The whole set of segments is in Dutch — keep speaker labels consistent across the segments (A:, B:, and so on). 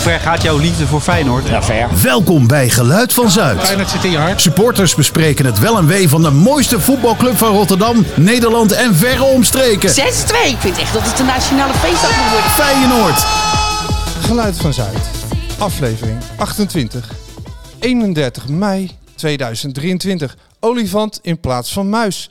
A: ver gaat jouw liefde voor Feyenoord?
B: Ja, ver.
C: Welkom bij Geluid van Zuid.
A: Feyenoord zit in je hart.
C: Supporters bespreken het wel en wee van de mooiste voetbalclub van Rotterdam, Nederland en verre omstreken.
D: 6-2. Ik vind echt dat het een nationale feestdag moet worden.
C: Feyenoord.
E: Geluid van Zuid, aflevering 28, 31 mei 2023. Olifant in plaats van muis.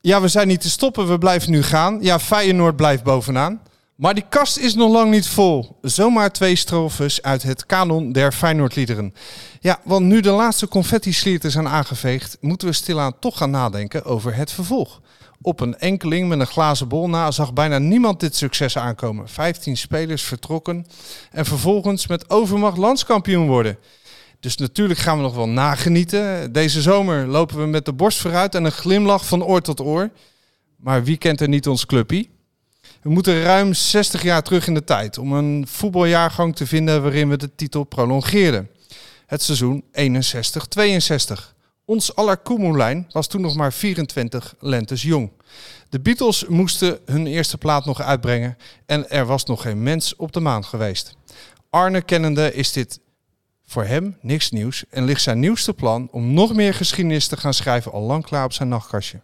E: Ja, we zijn niet te stoppen, we blijven nu gaan. Ja, Feyenoord blijft bovenaan. Maar die kast is nog lang niet vol. Zomaar twee strofes uit het kanon der Feyenoordliederen. Ja, want nu de laatste confetti-slieren zijn aangeveegd, moeten we stilaan toch gaan nadenken over het vervolg. Op een enkeling met een glazen bol na zag bijna niemand dit succes aankomen. 15 spelers vertrokken en vervolgens met overmacht landskampioen worden. Dus natuurlijk gaan we nog wel nagenieten. Deze zomer lopen we met de borst vooruit en een glimlach van oor tot oor. Maar wie kent er niet ons clubpie? We moeten ruim 60 jaar terug in de tijd om een voetbaljaargang te vinden waarin we de titel prolongeerden. Het seizoen 61-62. Ons aller Koemoelijn was toen nog maar 24 lentes jong. De Beatles moesten hun eerste plaat nog uitbrengen en er was nog geen mens op de maan geweest. Arne kennende is dit voor hem niks nieuws en ligt zijn nieuwste plan om nog meer geschiedenis te gaan schrijven al lang klaar op zijn nachtkastje.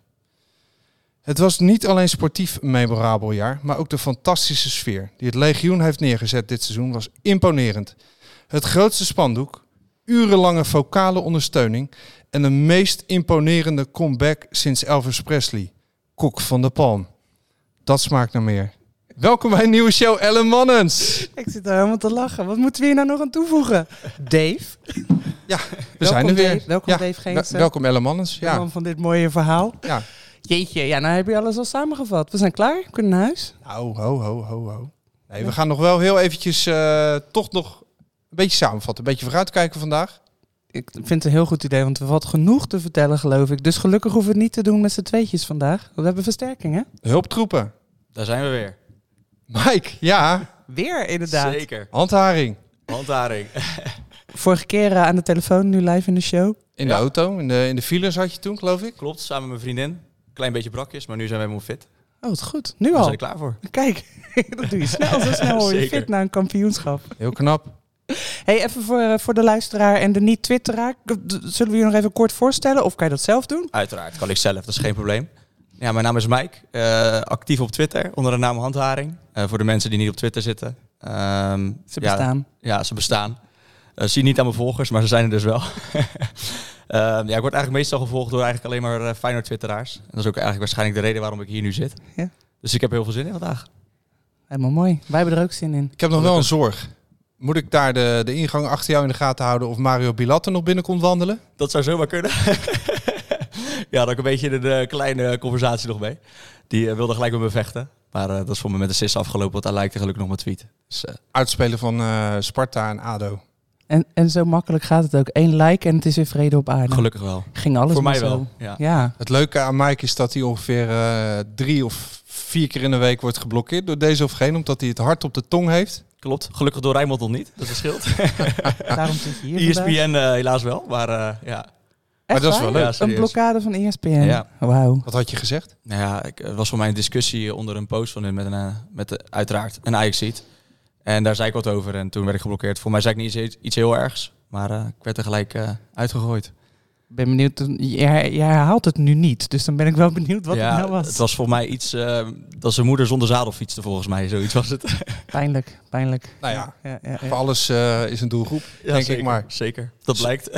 E: Het was niet alleen sportief een memorabel jaar, maar ook de fantastische sfeer die het legioen heeft neergezet dit seizoen was imponerend. Het grootste spandoek, urenlange vocale ondersteuning en de meest imponerende comeback sinds Elvis Presley. Kok van de Palm. Dat smaakt naar meer. Welkom bij een nieuwe show, Ellen Mannens.
F: Ik zit daar helemaal te lachen. Wat moeten we hier nou nog aan toevoegen? Dave.
E: Ja, we zijn er weer.
F: Dave. Welkom
E: Ja,
F: Dave
E: wel-
F: Geensen.
E: Welkom Ellen Mannens.
F: De
E: Ja.
F: man van dit mooie verhaal.
E: ja.
F: Jeetje, ja, nou heb je alles al samengevat. We zijn klaar, we kunnen naar huis.
E: Nou, ho, ho, ho, ho. Nee, we gaan nog wel heel eventjes eh, toch nog een beetje samenvatten. Een beetje vooruitkijken vandaag.
F: Ik vind het een heel goed idee, want we hadden genoeg te vertellen, geloof ik. Dus gelukkig hoeven we het niet te doen met z'n tweetjes vandaag. We hebben versterking, hè?
E: Hulptroepen.
B: Daar zijn we weer.
E: Mike, ja.
F: Weer, inderdaad.
B: Zeker.
E: Handharing.
B: Handharing.
F: Vorige keer eh, aan de telefoon, nu live in de show.
E: In
B: Ja.
E: de auto, in de, in de file zat je toen, geloof ik.
B: Klopt, samen met mijn vriendin. Klein beetje brakjes, maar nu zijn we helemaal fit.
F: Oh, wat goed. Nu
B: We zijn
F: al.
B: er klaar voor.
F: Kijk, dat doe je snel. Zo snel word je
B: Zeker.
F: fit na een kampioenschap.
E: Heel knap.
F: Hey, even voor, eh, voor de luisteraar en de niet-twitteraar. K- d- Zullen we je nog even kort voorstellen? Of kan je dat zelf doen?
B: Uiteraard, kan ik zelf, dat is geen probleem. Ja, mijn naam is Mike, eh, actief op Twitter onder de naam Handharing. Eh, voor de mensen die niet op Twitter zitten. Ehm,
F: Ze
B: ja,
F: bestaan.
B: Ja, ze bestaan. Eh zie niet aan mijn volgers, maar ze zijn er dus wel. Ehm, ja, ik word eigenlijk meestal gevolgd door eigenlijk alleen maar eh, Feyenoord-twitteraars. En dat is ook eigenlijk waarschijnlijk de reden waarom ik hier nu zit.
F: Ja.
B: Dus ik heb er heel veel zin in vandaag.
F: Helemaal mooi. Wij hebben er ook zin in.
E: Ik heb nog wel een zorg. Moet ik daar de, de ingang achter jou in de gaten houden of Mario Bilat er nog binnenkomt wandelen?
B: Dat zou zomaar kunnen. ja, daar had ik een beetje een eh, kleine conversatie nog mee. Die eh, wilde gelijk met me vechten. Maar eh, dat is voor me met de sis afgelopen, want hij lijkt gelukkig nog mijn tweet. Dus, eh,
E: Uitspelen van eh, Sparta en ADO.
F: En, en zo makkelijk gaat het ook. Eén like en het is weer vrede op aarde.
B: gelukkig wel.
F: Ging alles
B: voor
F: maar
B: mij
F: zo.
B: wel. Ja.
F: Ja.
E: Het leuke aan Mike is dat hij ongeveer eh, drie of vier keer in de week wordt geblokkeerd door deze of geen, omdat hij het hart op de tong heeft.
B: Klopt. Gelukkig door Rijnmond nog niet. Dat is een schild.
F: daarom zit je hier
B: ESPN
F: vandaag. Echt
B: eh, helaas wel. Maar eh, ja.
E: Maar dat is wel
F: waar?
E: leuk.
B: Ja,
F: Een
B: serieus.
F: blokkade van E ESPN.
B: Ja.
F: Wauw.
E: Wat had je gezegd?
B: Nou ja, ik- het was voor mij een discussie onder een post van hun met, een, eh, met de, uiteraard een Ajax-seat. En daar zei ik wat over en toen werd ik geblokkeerd. Voor mij zei ik niet iets, iets heel ergs, maar eh, ik werd er gelijk eh, uitgegooid.
F: Ik ben benieuwd. Je, her- je herhaalt het nu niet. Dus dan ben ik wel benieuwd wat
B: ja,
F: het nou was.
B: Het was voor mij iets eh, dat zijn moeder zonder zadel fietste volgens mij. Zoiets was het.
F: Pijnlijk. Pijnlijk.
E: Nou ja,
F: Ja, ja, ja.
E: voor alles eh, is een doelgroep, denk
B: zeker,
E: ik maar.
B: Zeker, dat
E: Z-
B: blijkt.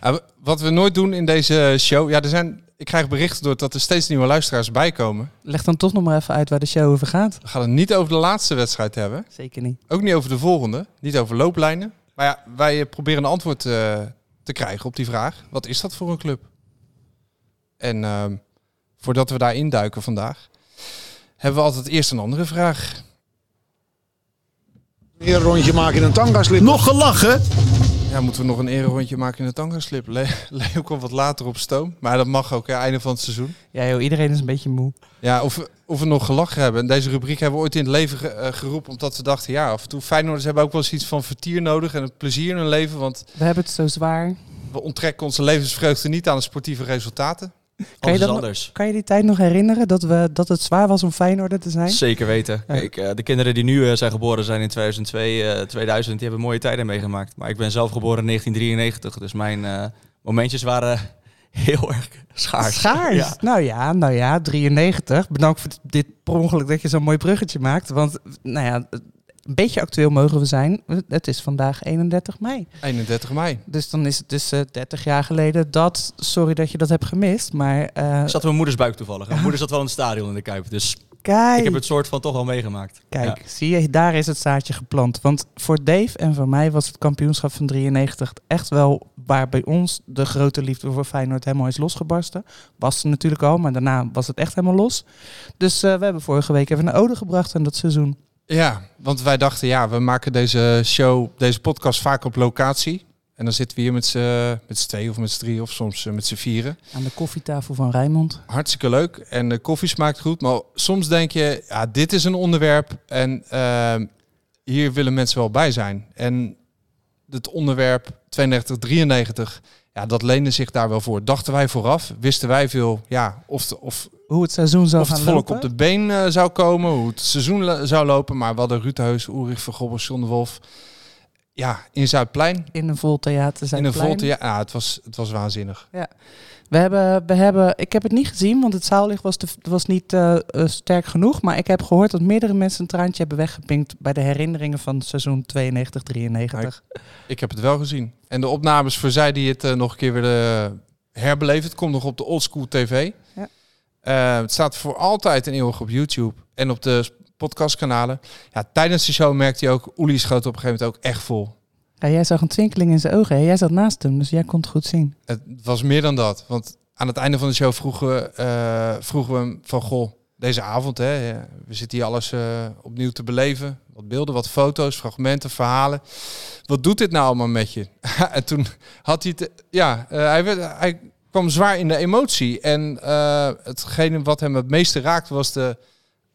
E: Ja, wat we nooit doen in deze show, ja, er zijn, ik krijg berichten door dat er steeds nieuwe luisteraars bij komen.
F: Leg dan toch nog maar even uit waar de show over gaat.
E: We gaan het niet over de laatste wedstrijd hebben,
F: Zeker niet.
E: ook niet over de volgende, niet over looplijnen. Maar ja, wij eh, proberen een antwoord eh, te krijgen op die vraag. Wat is dat voor een club? En ehm, voordat we daar induiken vandaag, hebben we altijd eerst een andere vraag.
G: Een rondje maken in een tangaslip.
C: Nog gelachen?
E: Ja, moeten we nog een ere rondje maken in de tangaslip? Le- Leo komt wat later op stoom, maar dat mag ook, hè, einde van het seizoen.
F: Ja joh, iedereen is een beetje moe.
E: Ja, of, we- of we nog gelachen hebben. En Deze rubriek hebben we ooit in het leven ge- eh, geroepen, omdat we dachten, ja, af en toe Feyenoorders hebben ook wel eens iets van vertier nodig en het plezier in hun leven, want
F: We hebben het zo zwaar.
E: we onttrekken onze levensvreugde niet aan de sportieve resultaten.
F: Kan je,
B: Alles
F: dat, nog-
B: anders.
F: kan je die tijd nog herinneren dat, we, dat het zwaar was om Feyenoorder te zijn?
B: Zeker weten.
F: Ja.
B: Kijk, eh, de kinderen die nu eh, zijn geboren zijn in 2002, eh, 2000, die hebben mooie tijden meegemaakt. Maar ik ben zelf geboren in 1993, dus mijn eh, momentjes waren heel erg schaars.
F: Schaars.
B: Ja.
F: Nou ja, nou ja, 93. Bedankt voor dit per ongeluk dat je zo'n mooi bruggetje maakt. Want nou ja, een beetje actueel mogen we zijn. Het is vandaag 31 mei.
E: 31 mei.
F: Dus dan is het dus eh, 30 jaar geleden dat... Sorry dat je dat hebt gemist, maar... eh
B: Ik zat in mijn moeders buik toevallig. Mijn moeder zat wel in het stadion in de Kuip, dus
F: kijk,
B: ik heb het soort van toch wel meegemaakt.
F: kijk
B: Ja.
F: zie je, daar is het zaadje geplant. Want voor Dave en voor mij was het kampioenschap van 93 echt wel... waar bij ons de grote liefde voor Feyenoord helemaal is losgebarsten. Was ze natuurlijk al, maar daarna was het echt helemaal los. Dus eh, we hebben vorige week even een ode gebracht aan dat seizoen.
E: Ja, want wij dachten, ja, we maken deze show, deze podcast vaak op locatie. En dan zitten we hier met z'n met z'n twee of met z'n drie of soms eh, met z'n vieren.
F: Aan de koffietafel van Rijnmond.
E: Hartstikke leuk en de koffie smaakt goed. Maar soms denk je, ja, dit is een onderwerp en ehm, hier willen mensen wel bij zijn. En het onderwerp 92, 93, ja, dat leende zich daar wel voor. Dachten wij vooraf, wisten wij veel, ja, of, de- of
F: Hoe het seizoen zou
E: of het
F: gaan
E: volk
F: lopen.
E: op de been eh, zou komen, hoe het seizoen le- zou lopen. Maar we hadden Ruud Heus, Ulrich van Gobbel, John de Wolf. Ja, in Zuidplein.
F: In een vol theater zijn
E: in een
F: plein.
E: volte, ja, ja, het, was, het was waanzinnig.
F: We hebben, we hebben, ik heb het niet gezien, want het zaallicht was, te, was niet eh, eh, sterk genoeg. Maar ik heb gehoord dat meerdere mensen een traantje hebben weggepinkt bij de herinneringen van seizoen 92-93.
E: Ik heb het wel gezien. En de opnames voor zij die het eh, nog een keer willen herbeleven. Het komt nog op de Oldschool TV.
F: Ja.
E: Eh, het staat voor altijd en eeuwig op YouTube en op de s- podcastkanalen. Ja, tijdens de show merkte je ook, Oelie schoot op een gegeven moment ook echt vol.
F: Ja, jij zag een twinkeling in zijn ogen. hè? Jij zat naast hem, dus jij kon het goed zien.
E: Het was meer dan dat. Want aan het einde van de show vroegen we, eh, vroegen we hem van... Goh, deze avond, hè, eh, we zitten hier alles eh, opnieuw te beleven. Wat beelden, wat foto's, fragmenten, verhalen. Wat doet dit nou allemaal met je? en toen had hij het... Ja, eh, hij, werd, hij kwam zwaar in de emotie. En eh, hetgene wat hem het meeste raakte was de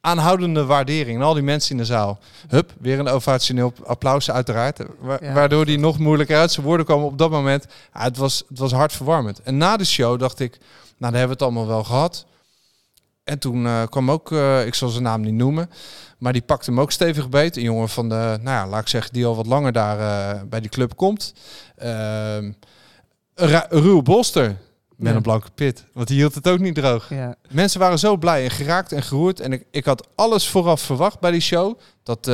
E: aanhoudende waardering. En al die mensen in de zaal. Hup, weer een ovationeel applaus uiteraard. Wa-
F: Ja.
E: Waardoor hij nog moeilijker uit zijn woorden kwam op dat moment. Ja, het, was, het was hartverwarmend. En na de show dacht ik, nou dan hebben we het allemaal wel gehad. En toen eh, kwam ook, eh, ik zal zijn naam niet noemen, maar die pakte hem ook stevig beet. Een jongen van de, nou ja, laat ik zeggen, die al wat langer daar eh, bij die club komt. Ehm Ra- Ruud Bolster, met
F: Ja.
E: een blanke pit, want die hield het ook niet droog.
F: Ja.
E: Mensen waren zo blij en geraakt en geroerd. En ik, ik had alles vooraf verwacht bij die show. Dat eh,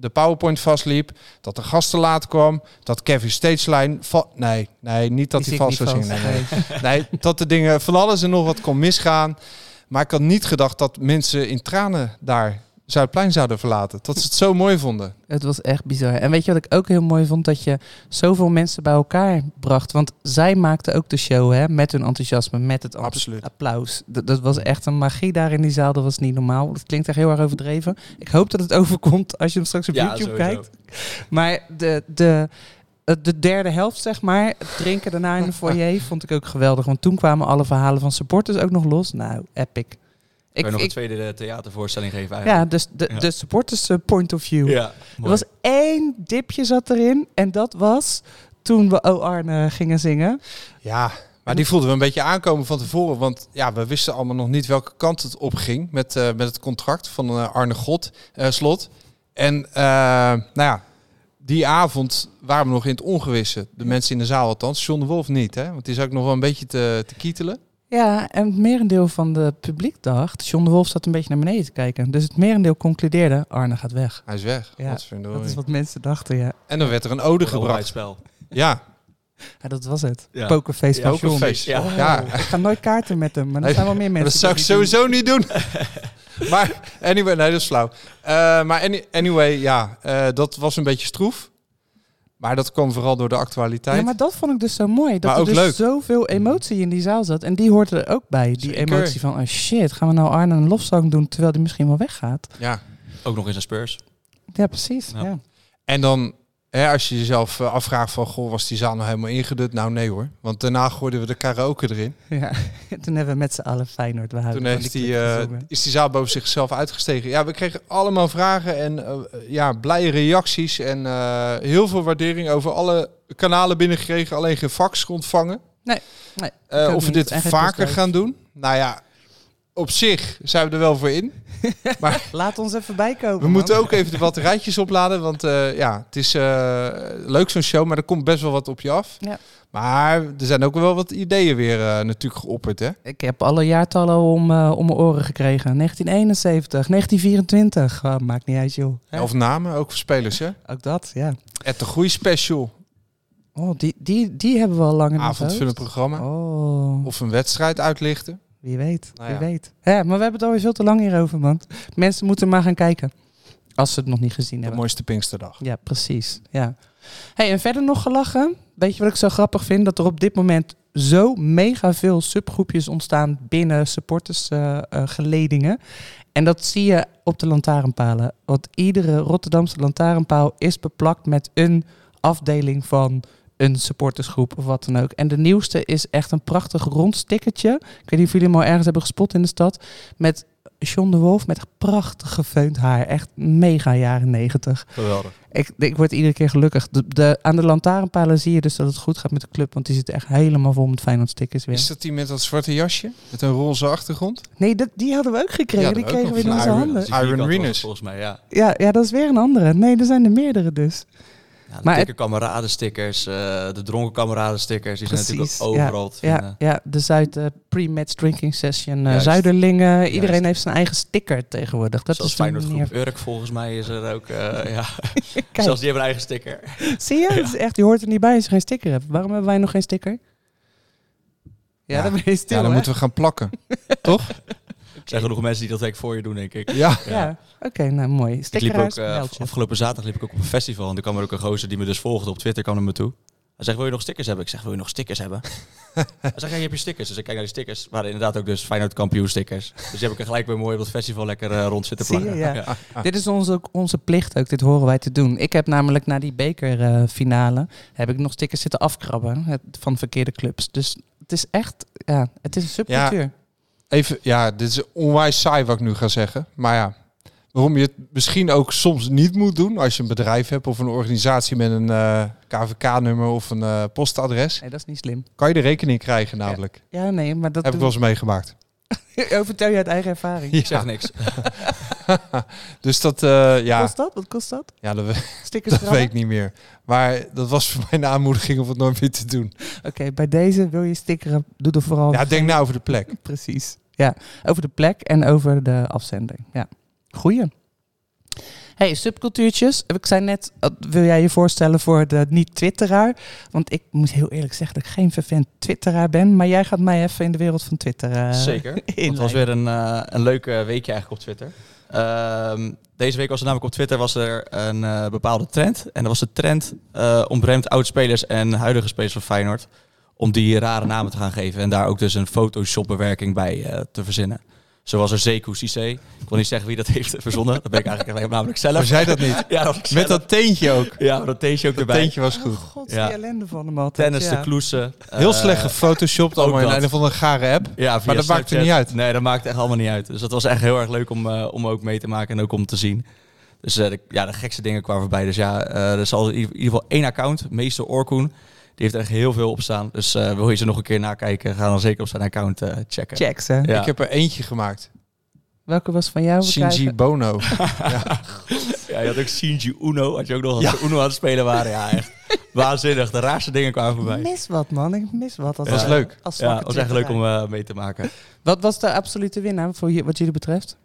E: de PowerPoint vastliep. Dat de gasten laat kwam. Dat Kevin Stageline... va- nee, nee, niet dat hij vast zou zingen. Nee, nee. Nee, dat de dingen van alles en nog wat kon misgaan. Maar ik had niet gedacht dat mensen in tranen daar Zuidplein zouden verlaten. Dat ze het zo mooi vonden.
F: Het was echt bizar. En weet je wat ik ook heel mooi vond? Dat je zoveel mensen bij elkaar bracht. Want zij maakten ook de show hè, met hun enthousiasme, met het enthousiasme.
E: Absoluut.
F: applaus. Dat, dat was echt een magie daar in die zaal. Dat was niet normaal. Dat klinkt echt heel erg overdreven. Ik hoop dat het overkomt als je hem straks op
B: Ja,
F: YouTube
B: sowieso.
F: kijkt. Maar de, de, eh, de derde helft, zeg maar, het drinken daarna in de foyer, vond ik ook geweldig. Want toen kwamen alle verhalen van supporters ook nog los. Nou, epic.
B: Ik
F: Ik,
B: wil nog
F: ik-
B: een tweede eh, theatervoorstelling geven
F: ja,
B: eigenlijk.
F: dus de,
B: Ja.
F: de supporters eh, point of view.
B: ja
F: Er
B: mooi.
F: was één dipje zat erin en dat was toen we O Arne gingen zingen.
E: Ja, maar die voelden we een beetje aankomen van tevoren. Want ja, we wisten allemaal nog niet welke kant het op ging met, eh, met het contract van eh, Arne God, eh, Slot. En eh, nou ja, die avond waren we nog in het ongewisse. De mensen in de zaal althans. John de Wolf niet, hè? Want die is ook nog wel een beetje te, te kietelen.
F: Ja, en het merendeel van de publiek dacht... John de Wolf zat een beetje naar beneden te kijken. Dus het merendeel concludeerde, Arne gaat weg.
E: Hij is weg.
F: Ja,
E: Godverdorie.
F: Dat is wat mensen dachten, ja.
E: En dan werd er een ode
B: Gewoon bij het
E: gebracht.
B: spel.
E: Ja,
F: ja dat was het.
B: Ja.
F: Pokerface
B: Ja,
F: van John.
E: pokerface.
B: Ja.
E: Ja.
F: Ik ga nooit kaarten met hem, maar er
E: Nee,
F: zijn wel meer mensen.
E: Maar dat zou ik
F: die die doen.
E: sowieso niet doen. maar anyway, nee, dat is flauw. Eh, maar any- anyway, ja, eh, dat was een beetje stroef. Maar dat kwam vooral door de actualiteit.
F: Ja, maar dat vond ik dus zo mooi. Dat
E: Maar
F: er
E: ook
F: dus
E: leuk.
F: zoveel emotie in die zaal zat. En die hoort er ook bij. Die
E: Zeker.
F: emotie van, oh shit, gaan we nou Arne een lofzang doen... terwijl die misschien wel weggaat?
E: Ja.
B: Ook nog in zijn speurs.
F: Ja, precies.
B: Ja.
F: ja.
E: En dan, hè, als je jezelf eh, afvraagt van, goh, was die zaal nou helemaal ingedut? Nou, nee hoor. Want daarna gooiden we de karaoke erin.
F: Ja, toen hebben we met z'n allen Feyenoord waren.
E: Toen heeft die, eh, is die zaal boven zichzelf uitgestegen. Ja, we kregen allemaal vragen en eh, ja, blije reacties. En eh, heel veel waardering over alle kanalen binnengekregen. Alleen geen fax ontvangen. Eh,
F: Ik ook
E: of we
F: niet.
E: dit
F: En geen
E: vaker
F: postduif.
E: gaan doen? Nou ja, op zich zijn we er wel voor in.
F: Laat ons even bijkomen.
E: We moeten ook even de batterijtjes opladen, want eh, ja, het is eh, leuk zo'n show, maar er komt best wel wat op je af.
F: Ja.
E: Maar er zijn ook wel wat ideeën weer eh, natuurlijk geopperd, hè?
F: Ik heb alle jaartallen om, eh, om mijn oren gekregen. 1971, 1924. Ah, maakt niet uit, joh.
B: Ja.
E: Of namen, ook voor spelers, hè?
F: Ook dat, ja.
E: Het de Groei Special,
F: Oh, die, die, die hebben we al lang in ons
E: avondvullend
F: hoofd.
E: programma.
F: Oh,
E: Of een wedstrijd uitlichten.
F: wie weet,
E: Nou
F: wie
E: ja.
F: weet. Ja, maar we hebben het alweer veel te lang hierover, man. Mensen moeten maar gaan kijken. Als ze het nog niet gezien
E: De
F: hebben.
E: mooiste Pinksterdag.
F: Ja, precies. Ja. Hey, en verder nog gelachen. Weet je wat ik zo grappig vind? Dat er op dit moment zo mega veel subgroepjes ontstaan binnen supportersgeledingen. en dat zie je op de lantaarnpalen. Want iedere Rotterdamse lantaarnpaal is beplakt met een afdeling van een supportersgroep of wat dan ook. En de nieuwste is echt een prachtig rond stickertje. Ik weet niet of jullie hem al ergens hebben gespot in de stad. Met John de Wolf met prachtig gefeund haar. Echt mega jaren negentig.
B: Geweldig.
F: Ik, ik word iedere keer gelukkig. De, de- aan de lantaarnpalen zie je dus dat het goed gaat met de club. Want die zit echt helemaal vol met Feyenoord stickers weer.
E: Is dat die met dat zwarte jasje? Met een roze achtergrond?
F: Nee, dat, die hadden we ook gekregen.
E: Ja,
F: die
E: dat ook
F: kregen we
E: nog
F: in
E: van
F: onze
E: Iron-
F: handen.
E: Iron Winners.
B: Volgens mij, ja.
F: Ja, ja, dat is weer een andere. Nee, er zijn er meerdere dus.
B: ja de
F: Maar
B: dikke kameradenstickers, eh, de dronken kameradenstickers, die zijn
F: Precies,
B: natuurlijk ook overal te vinden.
F: Ja, ja de Zuid eh, pre-match drinking session. eh,
B: Juist.
F: Zuiderlingen. Iedereen
B: Juist.
F: heeft zijn eigen sticker tegenwoordig. Dat
B: Zelfs
F: is de
B: Feyenoord
F: manier.
B: Groep Urk volgens mij is er ook, eh, ja.
F: Kijk,
B: Zelfs die hebben een eigen sticker.
F: zie je? Het is echt, je hoort er niet bij als je geen sticker hebt. Waarom hebben wij nog geen sticker? Ja,
E: Ja.
F: dan ben je
E: Ja,
F: stil,
E: dan
F: hè?
E: moeten we gaan plakken.
B: Er zijn genoeg mensen die dat werk voor je doen, denk ik.
E: Ja.
F: Ja, oké, nou mooi.
B: Ik liep ook,
F: Stickeraars,
B: eh,
F: meldje.
B: afgelopen zaterdag liep ik ook op een festival en toen kwam er ook een gozer die me dus volgde op Twitter, kwam naar me toe. Hij zegt, wil je nog stickers hebben? Ik zeg, wil je nog stickers hebben? Hij zegt, ja, je hebt je stickers. Dus ik kijk naar die stickers. Waren inderdaad ook dus Feyenoord kampioen stickers. Dus die heb ik er gelijk weer mooi op dat festival lekker eh, rond zitten
F: Zie je,
B: plakken.
F: ja.
E: Ah.
F: Dit is onze, onze plicht ook, dit horen wij te doen. Ik heb namelijk na die bekerfinale, heb ik nog stickers zitten afkrabben het- van verkeerde clubs. Dus het is echt, ja, het is een subcultuur.
E: Even, ja, dit is onwijs saai wat ik nu ga zeggen. Maar ja, waarom je het misschien ook soms niet moet doen als je een bedrijf hebt of een organisatie met een eh, KVK-nummer of een eh, postadres,
F: Nee, dat is niet slim.
E: kan je de rekening krijgen namelijk.
F: Ja, nee, maar dat
E: Heb ik wel eens meegemaakt.
F: doen- Oh, vertel je uit eigen ervaring.
B: Ik zeg niks.
E: Dus dat, eh,
F: Wat
E: ja,
F: kost dat? Wat kost dat?
E: ja dat, we-
F: Stickers
E: dat
F: krabben?
E: weet ik niet meer. Maar dat was voor mij een aanmoediging om het nooit meer te doen.
F: Oké, bij deze wil je stickeren, doe er vooral...
E: Ja, denk nou over de plek.
F: Precies. Ja, over de plek en over de afzender. Ja, goeie. Hey, subcultuurtjes. Ik zei net, eh, wil jij je voorstellen voor de niet-twitteraar? Want ik moet heel eerlijk zeggen dat ik geen vervent twitteraar ben. Maar jij gaat mij even in de wereld van Twitter eh,
B: Zeker. Het was
F: inleiden.
B: weer een, eh, een leuk eh, weekje eigenlijk op Twitter. Ehm, deze week was er namelijk op Twitter was er een eh, bepaalde trend. En dat was de trend eh om vreemd oud-spelers en huidige spelers van Feyenoord... om die rare namen te gaan geven. En daar ook dus een Photoshop-bewerking bij eh, te verzinnen. Zo was er Zeku Cissé. Ik wil niet zeggen wie dat heeft verzonnen. Dat ben ik eigenlijk alleen namelijk zelf.
E: Maar zij dat niet.
B: Ja, dat was ik
E: Met
B: zelf.
E: dat teentje ook.
B: Ja, maar dat teentje ook erbij.
E: Teentje was goed.
F: Oh, God,
B: Ja.
F: die ellende van hem altijd.
B: Tennis,
F: ja.
B: de kloesen.
E: Heel
B: eh,
E: slecht gefotoshopt allemaal in
B: dat.
E: een of andere gare app.
B: Ja,
E: Maar dat maakt er niet uit.
B: Nee, dat maakt echt allemaal niet uit. Dus dat was echt heel erg leuk om, eh, om ook mee te maken en ook om te zien. Dus eh, de, ja, de gekste dingen kwamen voorbij. Dus ja, eh, er zal in ieder in ieder geval één account, meester Orkoen. Die heeft er echt heel veel op staan. Dus eh, wil je ze nog een keer nakijken, ga dan zeker op zijn account eh, checken.
F: Checks, hè?
B: Ja.
E: Ik heb er eentje gemaakt.
F: Welke was van jou? We
E: Shinji
F: krijgen-
E: Bono.
B: ja, je had ook Shinji Uno. Had je ook nog als ze Uno aan het spelen waren. Ja, echt waanzinnig. De raarste dingen kwamen
F: Ik
B: voorbij.
F: mis wat, man. Ik mis wat. Als
E: Dat was leuk.
F: Als
B: Ja,
F: zwakke
B: het was echt leuk
F: twitteraar.
B: om eh, mee te maken.
F: Wat was de absolute winnaar voor je, wat jullie betreft?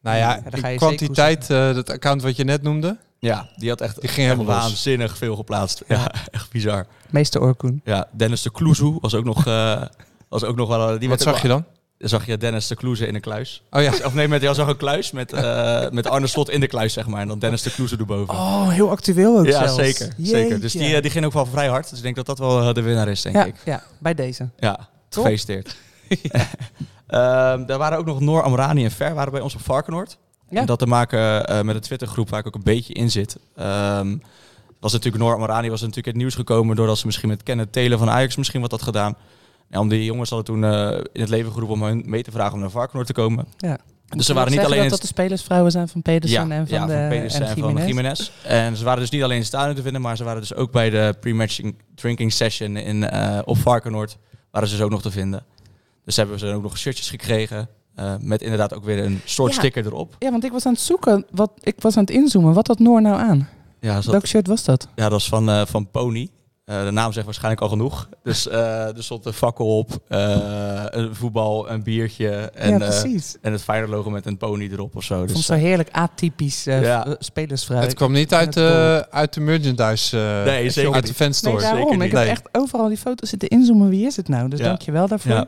E: Nou ja,
F: dan ga
E: die
F: je
E: kwantiteit, eh, dat account wat je net noemde.
B: Ja, die had echt,
E: Die ging helemaal
B: echt
E: los.
B: waanzinnig veel geplaatst. Ja, echt bizar.
F: Meester Orkoen.
B: Ja, Dennis de Kloezoe was ook nog, eh, was ook nog wel... Die
E: Wat zag je dan?
B: dan? Zag je Dennis de Kloeze in een kluis.
E: Oh ja,
B: Of nee, met, hij zag een kluis met, eh, met Arne Slot in de kluis, zeg maar. En dan Dennis de Kloeze erboven.
F: Oh, heel actueel ook
B: ja,
F: zelfs.
B: zeker. zeker. Dus die,
F: Jeetje.
B: eh, die ging ook wel vrij hard. Dus ik denk dat dat wel eh, Dus de winnaar is, denk
F: ja,
B: ik.
F: ja, bij deze.
B: Ja,
F: Top.
B: gefeliciteerd. Ehm, daar waren ook nog Noor Amrani en Fer waren bij ons op Varkenoord.
F: Ja.
B: En dat te maken eh, met een Twittergroep waar ik ook een beetje in zit. Ehm, was natuurlijk Noor Amrani was natuurlijk in het nieuws gekomen doordat ze misschien met Kenneth Telen van Ajax misschien wat had gedaan. En om die jongens hadden toen eh, in het leven geroepen om hun mee te vragen om naar Varkenoord te komen.
F: Ja.
B: Dus ze waren niet alleen
F: dat
B: in
F: dat
B: het
F: de spelers vrouwen zijn van Pedersen en van, de,
B: Pedersen
F: en
B: en van
F: Gimenez.
B: Gimenez. En ze waren dus niet alleen in het stadion te vinden, maar ze waren dus ook bij de pre-matching drinking session in, eh, op Varkenoord. Waren ze dus ook nog te vinden. Dus hebben ze ook nog shirtjes gekregen. eh, met inderdaad ook weer een soort
F: Ja.
B: sticker erop.
F: Ja, want ik was aan het zoeken, wat, ik was aan het inzoomen, wat had Noor nou aan?
B: Ja, ze had-
F: Welk shirt was dat?
B: ja dat was van, eh, van Pony. Eh, de naam zegt waarschijnlijk al genoeg. Dus eh, er stond een fakkel op, eh, een voetbal, een biertje en,
F: ja,
B: eh,
F: precies.
B: en het Feyenoord logo met een pony erop of zo.
F: Ik
B: Dus,
F: vond ze heerlijk atypisch eh,
B: Ja.
F: v- eh, spelersvrouw.
E: Het kwam niet uit,
F: het
E: eh, uit de merchandise, eh,
B: Nee, zeker
E: uit de
B: niet.
E: fanstore.
F: nee, daarom.
B: zeker
F: Ik
B: niet.
F: heb
E: Nee.
F: echt overal die foto's zitten inzoomen. Wie is het nou? Dus
B: Ja.
F: dankjewel daarvoor.
B: Ja.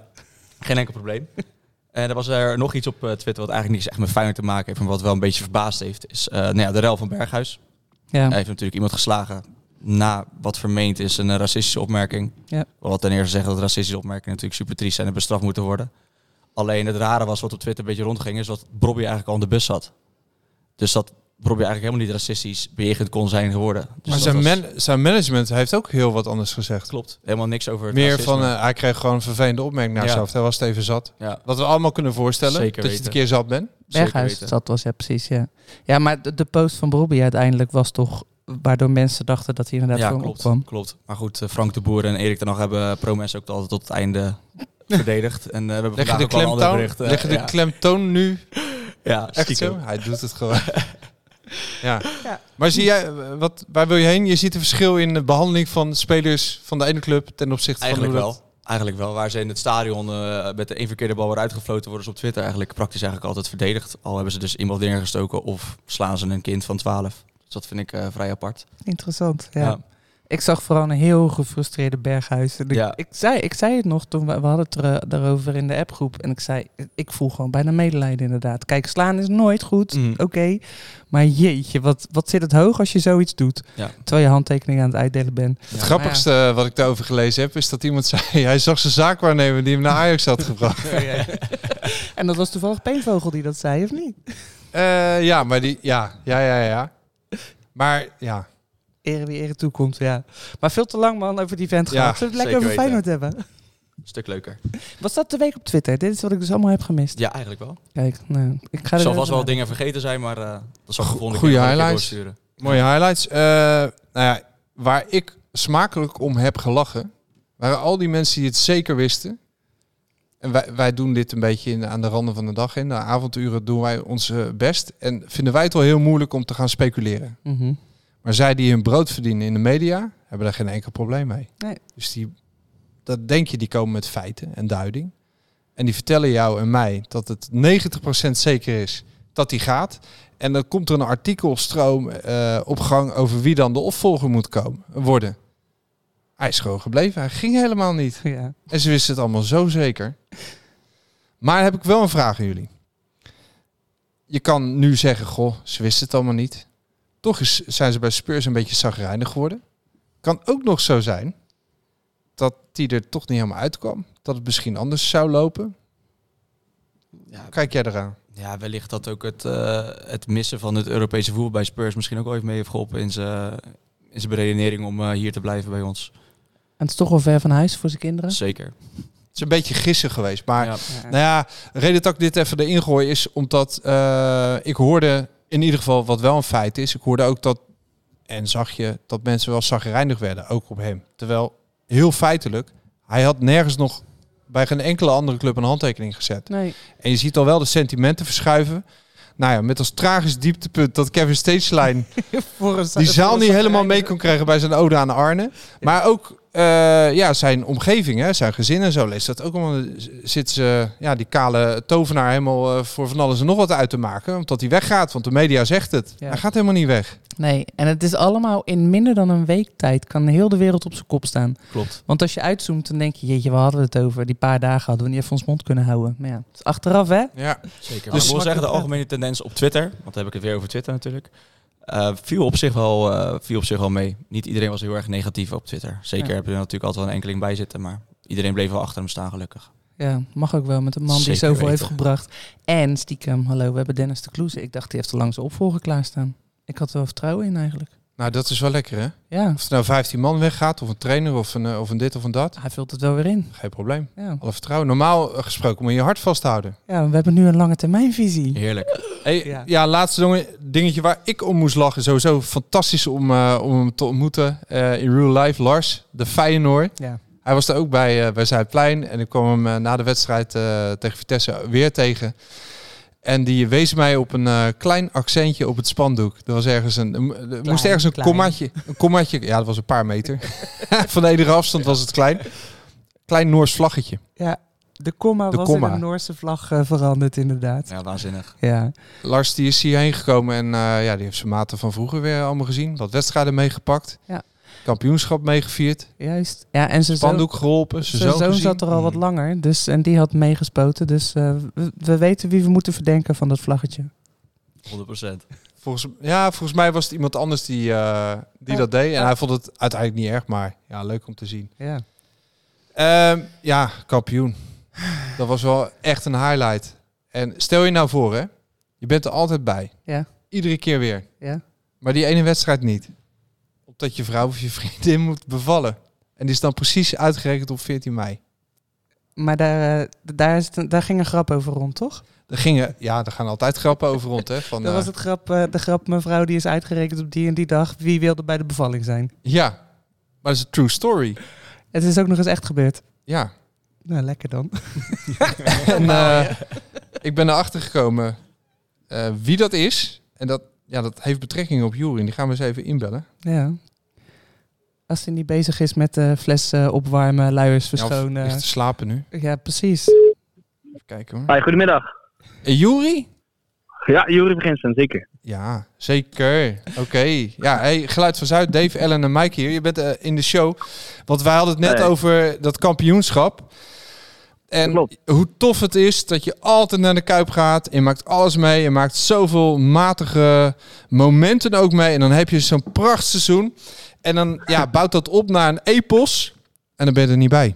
B: Geen enkel probleem. En er was er nog iets op eh, Twitter wat eigenlijk niks echt met Feyenoord te maken heeft, maar wat wel een beetje verbaasd heeft, is eh, nou ja, de rel van Berghuis.
F: Ja.
B: Hij heeft natuurlijk iemand geslagen na wat vermeend is een eh, racistische opmerking.
F: Ja.
B: Wat ten eerste zeggen dat racistische opmerkingen natuurlijk super triest zijn en bestraft moeten worden. Alleen het rare was wat op Twitter een beetje rondging, is dat Bobby eigenlijk al in de bus zat. Dus dat Bobby eigenlijk helemaal niet racistisch bejegend kon zijn geworden. Dus
E: Maar
B: dat
E: zijn,
B: was-
E: man- zijn management heeft ook heel wat anders gezegd.
B: Klopt. Helemaal niks over het
E: Meer
B: racisme.
E: van, eh, hij kreeg gewoon een vervelende opmerking naar
B: Ja.
E: zichzelf. Hij was het even zat.
B: ja,
E: Wat we allemaal kunnen voorstellen,
B: Zeker
E: dat je het
B: weten.
E: een keer zat bent.
F: Berghuis
B: zeker weten.
F: zat was, ja precies. Ja, ja maar de, de post van Brobbey uiteindelijk was toch... waardoor mensen dachten dat hij inderdaad
B: Ja,
F: voor hem
B: klopt,
F: opkwam.
B: klopt. Maar goed, eh, Frank de Boer en Erik ten Hag hebben ProMes ook altijd tot het einde verdedigd. En eh, we hebben
E: Leg je
B: vandaag
E: de
B: ook al een ander
E: klemtoon,
B: bericht. eh,
E: leg je de
B: ja.
E: klemtoon nu
B: ja,
E: echt
B: stiekem.
E: zo? Hij doet het gewoon. ja. Maar zie jij, eh, wat, waar wil je heen? Je ziet een verschil in de behandeling van spelers van de ene club ten opzichte
B: Eigenlijk
E: van hoe dat...
B: wel. Eigenlijk wel. Waar ze in het stadion eh, met de één verkeerde bal weer uitgefloten worden, is op Twitter eigenlijk praktisch eigenlijk altijd verdedigd. Al hebben ze dus iemand neergestoken of slaan ze een kind van 12. Dus dat vind ik eh, vrij apart.
F: Interessant, ja.
B: Ja.
F: Ik zag vooral een heel gefrustreerde Berghuis. En ik,
B: Ja.
F: ik, zei, ik zei het nog toen, we, we hadden het er, eh, daarover in de appgroep. En ik zei, ik voel gewoon bijna medelijden inderdaad. Kijk, slaan is nooit goed,
B: Mhm.
F: oké. Maar jeetje, wat, wat zit het hoog als je zoiets doet.
B: Ja.
F: Terwijl je handtekeningen aan het uitdelen bent.
E: Het grappigste eh, wat ik daarover gelezen heb, is dat iemand zei... Hij zag zijn zaakwaarnemer die hem naar Ajax had gebracht.
F: En dat was toevallig Peenvogel die dat zei, of niet?
E: Eh, ja, maar die... Ja, ja, ja, ja. Maar ja,
F: Ere wie ere toekomt, ja. Maar veel te lang man over die vent
E: Ja,
F: gehad. Zullen we het lekker
B: zeker
F: over Feyenoord hebben?
B: Een stuk leuker.
F: Was dat de week op Twitter? Dit is wat ik dus allemaal heb gemist.
B: Ja, eigenlijk wel.
F: Kijk, nou, ik ga
B: Er
F: er
B: zal
F: even
B: vast wel
F: naar-
B: dingen vergeten zijn, maar eh, dat zal ik de volgende
E: goede
B: keer wel een keer
E: highlights.
B: doorsturen.
E: mooie highlights. Eh, nou ja, waar ik smakelijk om heb gelachen, waren al die mensen die het zeker wisten. En wij, wij doen dit een beetje in, aan de randen van de dag. In de avonduren doen wij ons eh, best. En vinden wij het wel heel moeilijk om te gaan speculeren.
F: Mhm.
E: Maar zij die hun brood verdienen in de media, hebben daar geen enkel probleem mee.
F: Nee.
E: Dus die, dat denk je, die komen met feiten en duiding. En die vertellen jou en mij dat het 90% zeker is dat die gaat. En dan komt er een artikelstroom eh, op gang over wie dan de opvolger moet komen, worden. Hij is gewoon gebleven, hij ging helemaal niet.
F: Ja.
E: En ze wisten het allemaal zo zeker. Maar heb ik wel een vraag aan jullie. Je kan nu zeggen, goh, ze wisten het allemaal niet. Toch is, zijn ze bij Spurs een beetje zagrijnig geworden. Kan ook nog zo zijn dat die er toch niet helemaal uitkwam. Dat het misschien anders zou lopen.
B: Ja,
E: Kijk jij eraan?
B: Ja, wellicht dat ook het, eh, het missen van het Europese voetbal bij Spurs misschien ook wel even mee heeft geholpen in zijn in zijn beredenering om eh, hier te blijven bij ons.
F: En het is toch wel ver van huis voor zijn kinderen.
B: Zeker.
E: Het is een beetje gissen geweest. Maar
B: ja.
E: nou ja, de reden dat ik dit even erin gooi is omdat eh, ik hoorde in ieder geval wat wel een feit is. Ik hoorde ook dat, en zag je, dat mensen wel zagrijnig werden, ook op hem. Terwijl, heel feitelijk, hij had nergens nog bij geen enkele andere club een handtekening gezet.
F: Nee.
E: En je ziet al wel de sentimenten verschuiven. Nou ja, met als tragisch dieptepunt dat Kevin Stageline
F: Voor een
E: die zaal niet helemaal mee kon krijgen bij zijn ode aan Arne. Maar ook eh, ja, zijn omgeving, hè, zijn gezin en zo lees dat ook allemaal. Zit ze, ja, die kale tovenaar helemaal eh, voor van alles en nog wat uit te maken. Omdat hij weggaat, want de media zegt het.
F: Ja.
E: Hij gaat helemaal niet weg.
F: Nee, en het is allemaal in minder dan een week tijd. Kan heel de wereld op zijn kop staan.
B: Klopt.
F: Want als je uitzoomt, dan denk je, jeetje, waar hadden we het over? Die paar dagen hadden we niet even ons mond kunnen houden. Maar ja, het is achteraf, hè?
E: Ja.
B: Zeker.
E: Dus
B: Dus ik wil
E: smakelijk
B: zeggen, de
E: praten.
B: algemene tendens op Twitter, want dan heb ik het weer over Twitter natuurlijk, eh, viel, op zich wel, eh, viel op zich wel mee. Niet iedereen was heel erg negatief op Twitter. Zeker
F: Ja.
B: heb je er natuurlijk altijd wel een enkeling bij zitten, maar iedereen bleef wel achter hem staan gelukkig.
F: Ja, mag ook wel met een man die
B: Zeker
F: zoveel heeft
B: weten.
F: gebracht. En stiekem, hallo, we hebben Dennis de Kloeze. Ik dacht, die heeft al lang zijn opvolger klaarstaan. Ik had er wel vertrouwen in eigenlijk.
E: Nou, dat is wel lekker, hè?
F: Ja,
E: Of er nou 15 man weggaat, of een trainer, of een, eh, of een dit of een dat.
F: hij vult het wel weer in.
E: Geen probleem.
F: Ja.
E: Alle vertrouwen. Normaal eh, gesproken moet je je hart vasthouden.
F: ja, we hebben nu een lange termijnvisie.
B: Heerlijk.
E: Hey, ja.
F: Ja.
E: laatste ding- dingetje waar ik om moest lachen. Sowieso fantastisch om, eh, om hem te ontmoeten. eh, in real life, Lars, de Feyenoord.
F: Ja.
E: Hij was er ook bij, eh, bij Zuidplein. En ik kwam hem eh, na de wedstrijd eh, tegen Vitesse weer tegen. En die wees mij op een eh, klein accentje op het spandoek. Er, was ergens een, er mo- er moest ergens een
F: klein.
E: kommaatje. Een kommaatje. Ja, dat was een paar meter. Van de enige afstand was het klein. Klein Noors vlaggetje.
F: ja, de komma
E: De
F: was
E: komma.
F: in een Noorse vlag eh, veranderd inderdaad.
B: Ja, waanzinnig.
F: Ja.
E: Lars die is hierheen gekomen en eh, ja, die heeft zijn maten van vroeger weer allemaal gezien. Wat wedstrijden meegepakt.
F: Ja.
E: Kampioenschap meegevierd.
F: Juist. Ja, en zijn zoon,
E: Spandoek geholpen. Zijn
F: zijn
E: zoon,
F: zoon
E: gezien. Mm.
F: zat er al wat langer dus, en die had meegespoten. Dus eh, we, we weten wie we moeten verdenken van dat vlaggetje.
B: 100%.
E: Volgens, ja, volgens mij was het iemand anders die, eh, die
F: Ja.
E: dat deed. En hij vond het uiteindelijk niet erg, maar ja, leuk om te zien.
F: Ja.
E: Ehm, ja, kampioen. Dat was wel echt een highlight. En stel je nou voor, hè. Je bent er altijd bij.
F: Ja.
E: Iedere keer weer.
F: Ja.
E: Maar die ene wedstrijd niet. Omdat je vrouw of je vriendin moet bevallen. En die is dan precies uitgerekend op 14 mei.
F: Maar daar, eh, daar, is het een- daar ging een grap over rond, toch?
E: Daar gingen, ja, daar gaan altijd grappen over rond, hè. Van,
F: Dat was
E: eh,
F: het grap, eh, de grap, mevrouw die is uitgerekend op die en die dag. Wie wilde bij de bevalling zijn?
E: Ja, maar dat is een true story.
F: Het is ook nog eens echt gebeurd.
E: Ja.
F: Nou, lekker dan.
E: En eh, ik ben erachter gekomen eh, wie dat is. En dat, ja, dat heeft betrekking op Jurin. Die gaan we eens even inbellen.
F: Ja. Als hij niet bezig is met eh flessen opwarmen, luiers
E: Ja,
F: verschonen.
E: of ligt te slapen nu.
F: Ja, precies.
E: Even kijken hoor.
H: Hi, goedemiddag.
E: Eh, Juri?
H: Ja, Jury Beginsen, zeker.
E: Ja, zeker. Oké. Ja, hey, geluid van Zuid, Dave, Ellen en Mike hier. Je bent eh, in de show. Want wij hadden het net
H: Hey.
E: over dat kampioenschap. En
H: Klopt.
E: hoe tof het is dat je altijd naar de Kuip gaat. Je maakt alles mee. Je maakt zoveel matige momenten ook mee. En dan heb je zo'n prachtseizoen. En dan ja, bouwt dat op naar een epos. En dan ben je er niet bij.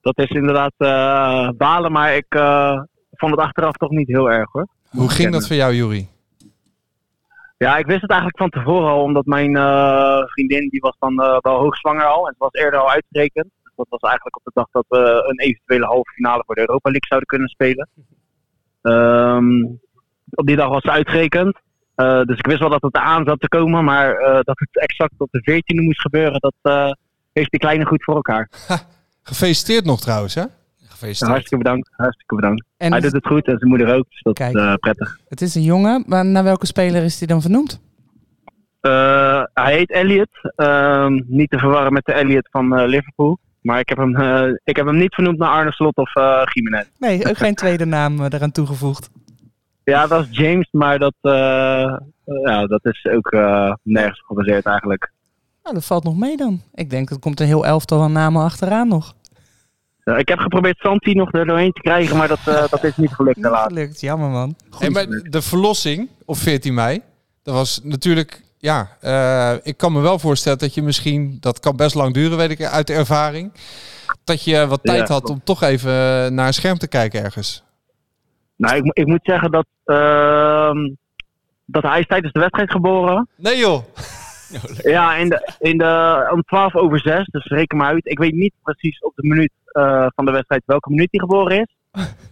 H: Dat is inderdaad eh, balen, maar ik eh, vond het achteraf toch niet heel erg hoor.
E: Hoe ging dat
H: kennen.
E: voor jou, Juri?
H: Ja, ik wist het eigenlijk van tevoren al, omdat mijn eh, vriendin die was dan eh, wel hoogzwanger al. En het was eerder al uitgerekend. Dus dat was eigenlijk op de dag dat we een eventuele halve finale voor de Europa League zouden kunnen spelen. Ehm, op die dag was ze uitgerekend. Eh, dus ik wist wel dat het eraan zat te komen, maar eh, dat het exact op de 14e moest gebeuren, dat eh, heeft die kleine goed voor elkaar.
E: Gefeliciteerd nog trouwens, hè?
B: Gefeliciteerd.
H: Hartstikke bedankt, hartstikke bedankt.
F: En
H: Hij doet het goed en zijn moeder ook, dus dat
F: Kijk.
H: is eh, prettig.
F: het is een jongen, maar naar welke speler is hij dan vernoemd?
H: Eh, hij heet Elliot, ehm, niet te verwarren met de Elliot van eh, Liverpool. Maar ik heb, hem, eh, ik heb hem niet vernoemd naar Arne Slot of eh Jiménez.
F: Nee, ook geen tweede naam eh, eraan toegevoegd.
H: Ja, dat is James, maar dat, eh, eh, ja, dat is ook eh, nergens gebaseerd eigenlijk.
F: Nou, dat valt nog mee dan. Ik denk, er komt een heel elftal aan namen achteraan nog.
H: Ja, Eh, ik heb geprobeerd Santi nog er doorheen te krijgen, maar dat, eh, dat is niet gelukt
F: Niet
H: helaas.
F: gelukt, jammer man.
E: Hey, maar de verlossing op 14 mei, dat was natuurlijk, ja, eh, ik kan me wel voorstellen dat je misschien, dat kan best lang duren, weet ik uit de ervaring, dat je wat
H: Ja,
E: tijd had
H: klopt.
E: om toch even naar een scherm te kijken ergens.
H: Nou, ik, mo- ik moet zeggen dat, ehm, dat hij is tijdens de wedstrijd geboren.
E: Nee joh,
H: Ja, in de, in de, om 12 over 6, dus reken maar uit. Ik weet niet precies op de minuut eh, van de wedstrijd welke minuut hij geboren is.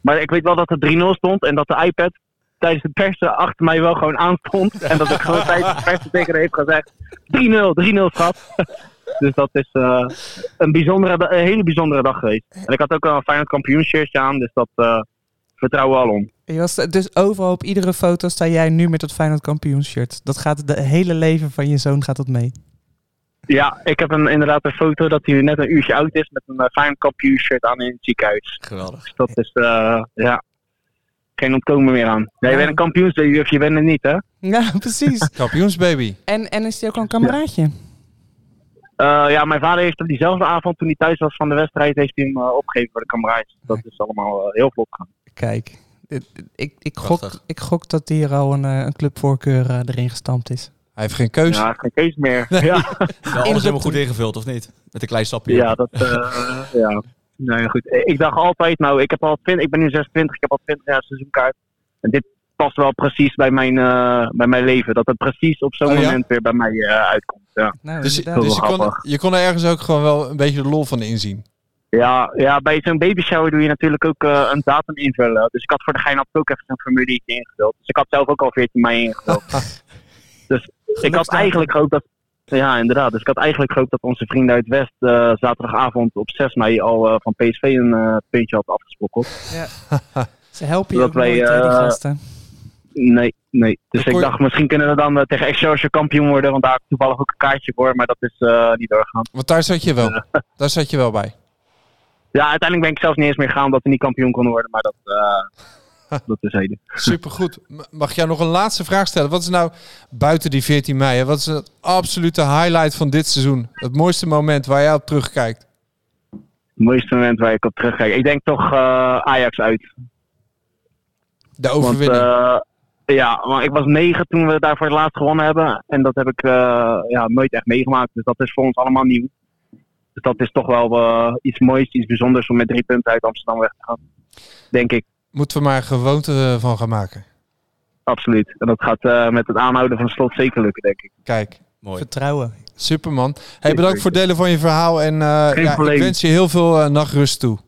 H: Maar ik weet wel dat er 3-0 stond en dat de iPad tijdens de persen achter mij wel gewoon aanstond. En dat ik gewoon tijdens de persen tegen hem heb gezegd: 3-0, 3-0 schat. Dus dat is eh, een, bijzondere, da- een hele bijzondere dag geweest. En ik had ook een Feyenoord kampioenshirtje aan, dus dat eh, vertrouwen we al om.
F: Je was eh, dus overal op iedere foto sta jij nu met dat Feyenoord kampioenshirt. Dat gaat de hele leven van je zoon gaat dat mee.
H: Ja, ik heb een, inderdaad een foto dat hij net een uurtje oud is met een eh, Feyenoord kampioenshirt aan in het ziekenhuis.
B: Geweldig.
H: Dus dat is, eh, ja, geen ontkomen meer aan. Ja, je bent een kampioensbaby of je bent het niet, hè?
F: Ja, precies.
E: kampioensbaby.
F: En, en is hij ook al een kameraadje?
H: Eh, ja, mijn vader heeft op diezelfde avond, toen hij thuis was van de wedstrijd, heeft hij hem eh, opgegeven voor de kameraadjes. Dat is allemaal eh, heel vlot gegaan.
F: Kijk, dit- dit- ik, ik, gok,
B: Prachtig.
F: ik gok dat hier al een, eh, een clubvoorkeur eh, erin gestampt is.
E: Hij heeft geen keuze.
H: Ja, geen kees meer. Ja,
B: Wel alles helemaal goed ingevuld, of niet? Met een klein stapje.
H: ja dat, eh, ja. Eh, Nou ja, goed. Ik dacht altijd, nou, ik, heb al 20, ik ben nu 26, ik heb al 20 jaar seizoenkaart. En dit past wel precies bij mijn, eh, bij mijn leven. Dat het precies op zo'n
E: Oh ja?
H: moment weer bij mij eh, uitkomt. Ja,
F: Nou,
E: Dus,
F: inderdaad.
E: dus je, kon,
H: grappig.
E: je kon er ergens ook gewoon wel een beetje de lol van inzien.
H: ja, ja bij zo'n babyshower doe je natuurlijk ook eh, een datum invullen. Dus ik had voor de gein had ik ook even zo'n formuliertje ingevuld. Dus ik had zelf ook al 14 mei ingevuld. dus ik had
F: Geluksdatum.
H: eigenlijk gehoopt dat... Ja, inderdaad. Dus ik had eigenlijk gehoopt dat onze vrienden uit West eh, zaterdagavond op 6 mei al eh, van PSV een eh, puntje had afgesprokkeld.
F: Dus Ze helpen je
H: dat
F: ook
H: wij,
F: nooit, hè, die
H: eh,
F: gasten.
H: Nee, nee. Dus
E: kon
H: ik
E: je-
H: dacht, misschien kunnen we dan eh, tegen Excelsior kampioen worden. Want daar heb ik toevallig ook een kaartje voor, maar dat is eh, niet doorgegaan.
E: Want daar zat je wel, daar zat je wel bij.
H: Ja, uiteindelijk ben ik zelf niet eens meer gaan omdat we niet kampioen konden worden. Maar dat, eh, dat is heden.
E: Supergoed. M- Mag ik jou nog een laatste vraag stellen? Wat is nou, buiten die 14 mei, hè, wat is het absolute highlight van dit seizoen? Het mooiste moment waar jij op terugkijkt?
H: Het mooiste moment waar ik op terugkijk. Ik denk toch eh, Ajax uit.
E: De
H: Want,
E: overwinning.
H: eh, ja, maar ik was negen toen we daar voor het laatst gewonnen hebben. En dat heb ik eh, ja, nooit echt meegemaakt. Dus dat is voor ons allemaal nieuw. Dus dat is toch wel eh, iets moois, iets bijzonders om met drie punten uit Amsterdam weg te gaan. Denk ik.
E: Moeten we maar een gewoonte eh, van gaan maken.
H: Absoluut. En dat gaat eh, met het aanhouden van slot zeker lukken, denk ik.
E: Kijk,
B: Mooi.
F: Vertrouwen.
E: superman. Hey, bedankt voor het delen van je verhaal. En eh,
H: Geen
E: ja, ik
H: probleem.
E: wens je heel veel eh, nachtrust toe.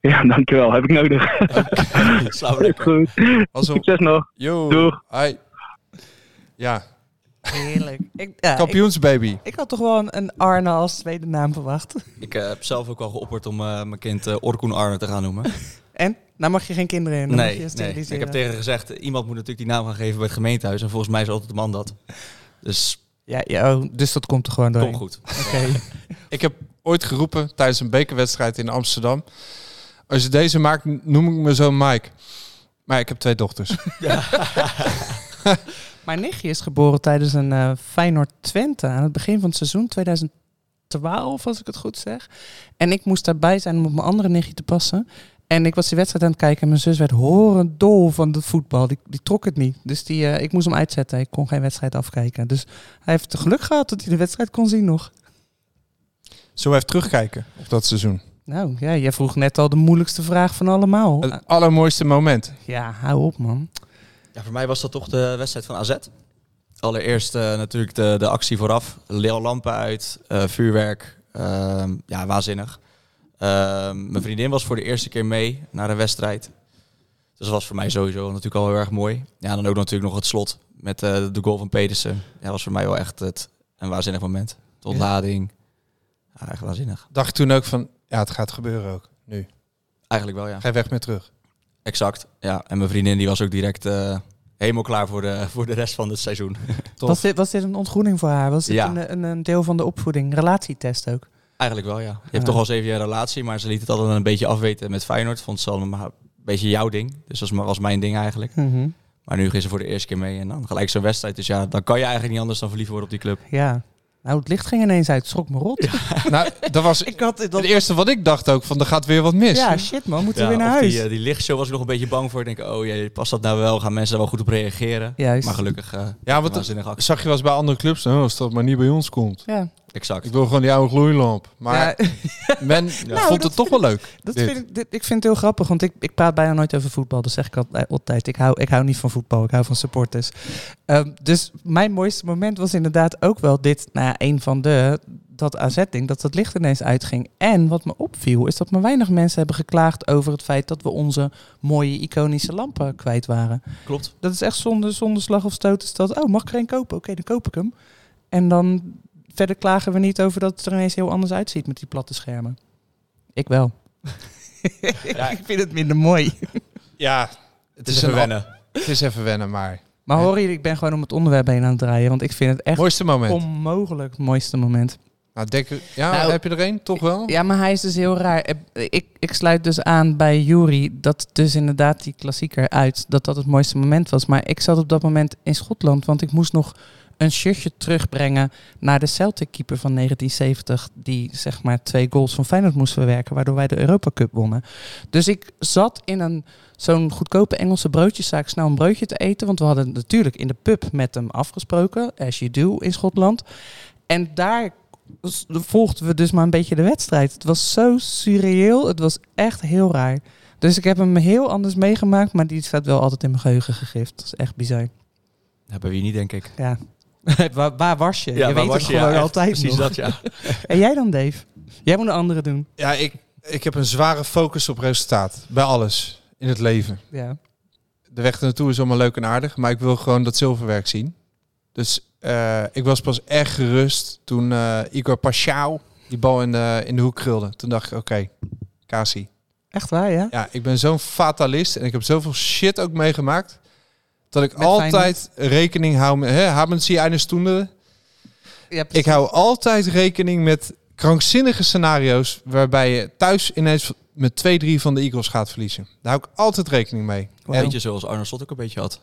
H: Ja, dankjewel. Heb ik nodig.
B: Slaap lekker.
H: Goed.
E: Alsof...
H: Succes nog.
E: Yo.
H: Doeg.
E: Hoi. Ja,
F: Heerlijk. Ik, ja, ik,
E: kampioensbaby.
F: ik had toch wel een, een Arne als tweede naam verwacht.
B: Ik eh, heb zelf ook al geopperd om eh, mijn kind eh, Orkoen Arne te gaan noemen.
F: En? Nou mag je geen kinderen in. Dan mag je
B: Nee,
F: je
B: nee. ik heb
F: steriliseren.
B: tegen haar gezegd, eh, iemand moet natuurlijk die naam gaan geven bij het gemeentehuis. En volgens mij is altijd de man dat. Dus
F: Ja, ja, oh, dus dat komt er gewoon door.
B: kom goed.
F: Oké.
E: Ik heb ooit geroepen tijdens een bekerwedstrijd in Amsterdam. Als je deze maakt, noem ik me zo Mike. Maar ik heb twee dochters.
F: Mijn nichtje is geboren tijdens een eh Feyenoord Twente aan het begin van het seizoen 2012, als ik het goed zeg. En ik moest daarbij zijn om op mijn andere nichtje te passen. En ik was die wedstrijd aan het kijken en mijn zus werd horend dol van het voetbal. Die, die trok het niet. Dus die, eh, ik moest hem uitzetten. Ik kon geen wedstrijd afkijken. Dus hij heeft het geluk gehad dat hij de wedstrijd kon zien nog.
E: Zo even terugkijken op dat seizoen.
F: Nou ja, jij vroeg net al de moeilijkste vraag van allemaal.
B: Eh,
E: Het allermooiste moment.
F: Ja, hou op man.
B: Ja, voor mij was dat toch de wedstrijd van AZ. Allereerst eh, natuurlijk de, de actie vooraf. Leeuw lampen uit, eh, vuurwerk. Ehm, ja, waanzinnig. Ehm, mijn vriendin was voor de eerste keer mee naar een wedstrijd. Dus dat was voor mij sowieso natuurlijk al heel erg mooi. Ja, dan ook natuurlijk nog het slot met eh, de goal van Pedersen. Ja, was voor mij wel echt het, een waanzinnig moment. De ontlading. Ja, echt waanzinnig.
E: Dacht toen ook van, ja, het gaat gebeuren ook. Nu.
B: Eigenlijk wel, ja.
E: Geen weg meer terug.
B: Exact. Ja, en mijn vriendin die was ook direct eh, helemaal klaar voor de, voor de rest van het seizoen.
E: Tof.
F: Was dit, was dit een ontgroening voor haar? Was dit
B: Ja.
F: een, een, een deel van de opvoeding? Relatietest ook?
B: Eigenlijk wel, ja. Je
F: Ja.
B: hebt toch al zeven jaar relatie, maar ze liet het altijd een beetje afweten met Feyenoord. Vond ze allemaal een beetje jouw ding. Dus dat was mijn ding eigenlijk. Maar nu ging ze voor de eerste keer mee en dan gelijk zo'n wedstrijd. Dus ja, dan kan je eigenlijk niet anders dan verliefd worden op die club.
F: Ja. Nou, het licht ging ineens uit. Schrok me rot.
E: Nou, dat was
F: Ik had dit
E: het
F: dat...
E: eerste wat ik dacht ook. Van, er gaat weer wat mis.
F: Ja, shit man, moeten
B: Ja,
F: we weer naar
B: of
F: huis.
B: Die, eh, die lichtshow was ik nog een beetje bang voor. Ik denk, oh jee, past dat nou wel? Gaan mensen daar wel goed op reageren?
F: Juist.
B: Maar gelukkig, eh
E: ja want dat
B: waanzinnig actie.
E: zag je wel eens bij andere clubs. Nou, als dat maar niet bij ons komt.
B: eh,
F: Ja.
B: Exact.
E: Ik wil gewoon die oude gloeilamp. Maar
F: Ja,
E: men vond
F: dat
E: het toch wel leuk.
F: dat
E: dit.
F: vind ik, dit- ik vind het heel grappig, want ik, ik praat bijna nooit over voetbal. Dat zeg ik altijd- altijd. Ik hou, ik hou niet van voetbal, ik hou van supporters. Ehm, dus mijn mooiste moment was inderdaad ook wel dit. Nou ja, een van de, dat AZ-ding, dat dat licht ineens uitging. En wat me opviel, is dat maar weinig mensen hebben geklaagd over het feit dat we onze mooie iconische lampen kwijt waren.
B: Klopt.
F: Dat is echt zonder, zonder slag of stoot. Is dat, oh, mag ik er een kopen? Oké, dan koop ik hem. En dan verder klagen we niet over dat het er ineens heel anders uitziet met die platte schermen. Ik wel. ik vind het minder mooi.
E: Ja,
B: Het is een wennen.
E: het is even wennen, maar...
F: Maar hoor je, ik ben gewoon om het onderwerp heen aan het draaien. Want ik vind het echt
E: Mooiste moment.
F: onmogelijk het mooiste moment.
E: Nou, denk, ja,
F: Nou,
E: heb je er een? Toch wel?
F: Ja, maar hij is dus heel raar. Ik, ik sluit dus aan bij Jury dat dus inderdaad die klassieker uit, dat dat het mooiste moment was. Maar ik zat op dat moment in Schotland, want ik moest nog een shirtje terugbrengen naar de Celtic keeper van 1970, die zeg maar twee goals van Feyenoord moest verwerken, waardoor wij de Europa Cup wonnen. Dus ik zat in een zo'n goedkope Engelse broodjeszaak snel een broodje te eten, want we hadden natuurlijk in de pub met hem afgesproken, as you do in Schotland. En daar s- dus volgden we dus maar een beetje de wedstrijd. Het was zo surreëel. Het was echt heel raar. Dus ik heb hem heel anders meegemaakt, maar die staat wel altijd in mijn geheugen gegrift. Dat is echt bizar.
B: Hebben we hier niet, denk ik.
F: Ja. waar, waar was je? je
B: waar
F: weet
B: was
F: het
B: je? Ja,
F: gewoon
B: echt,
F: altijd
B: Precies
F: nog.
B: dat, ja.
F: En jij dan, Dave? Jij moet een andere doen.
E: Ja, ik, ik heb een zware focus op resultaat. Bij alles in het leven.
F: Ja.
E: De weg ernaartoe is allemaal leuk en aardig, maar ik wil gewoon dat zilverwerk zien. Dus eh, ik was pas echt gerust toen eh, Igor Paschal die bal in de, in de hoek krulde. Toen dacht ik, oké, Kasi.
F: Echt waar, ja?
E: Ja, ik ben zo'n fatalist en ik heb zoveel shit ook meegemaakt. Dat ik
F: Met
E: altijd rekening hou met... Hè, hebben ze eines toende?
F: ja
E: Ik hou altijd rekening met krankzinnige scenario's... waarbij je thuis ineens met 2-3 van de Eagles gaat verliezen. Daar hou ik altijd rekening mee.
B: Een
E: En,
B: beetje zoals Arnold Slot ook een beetje had.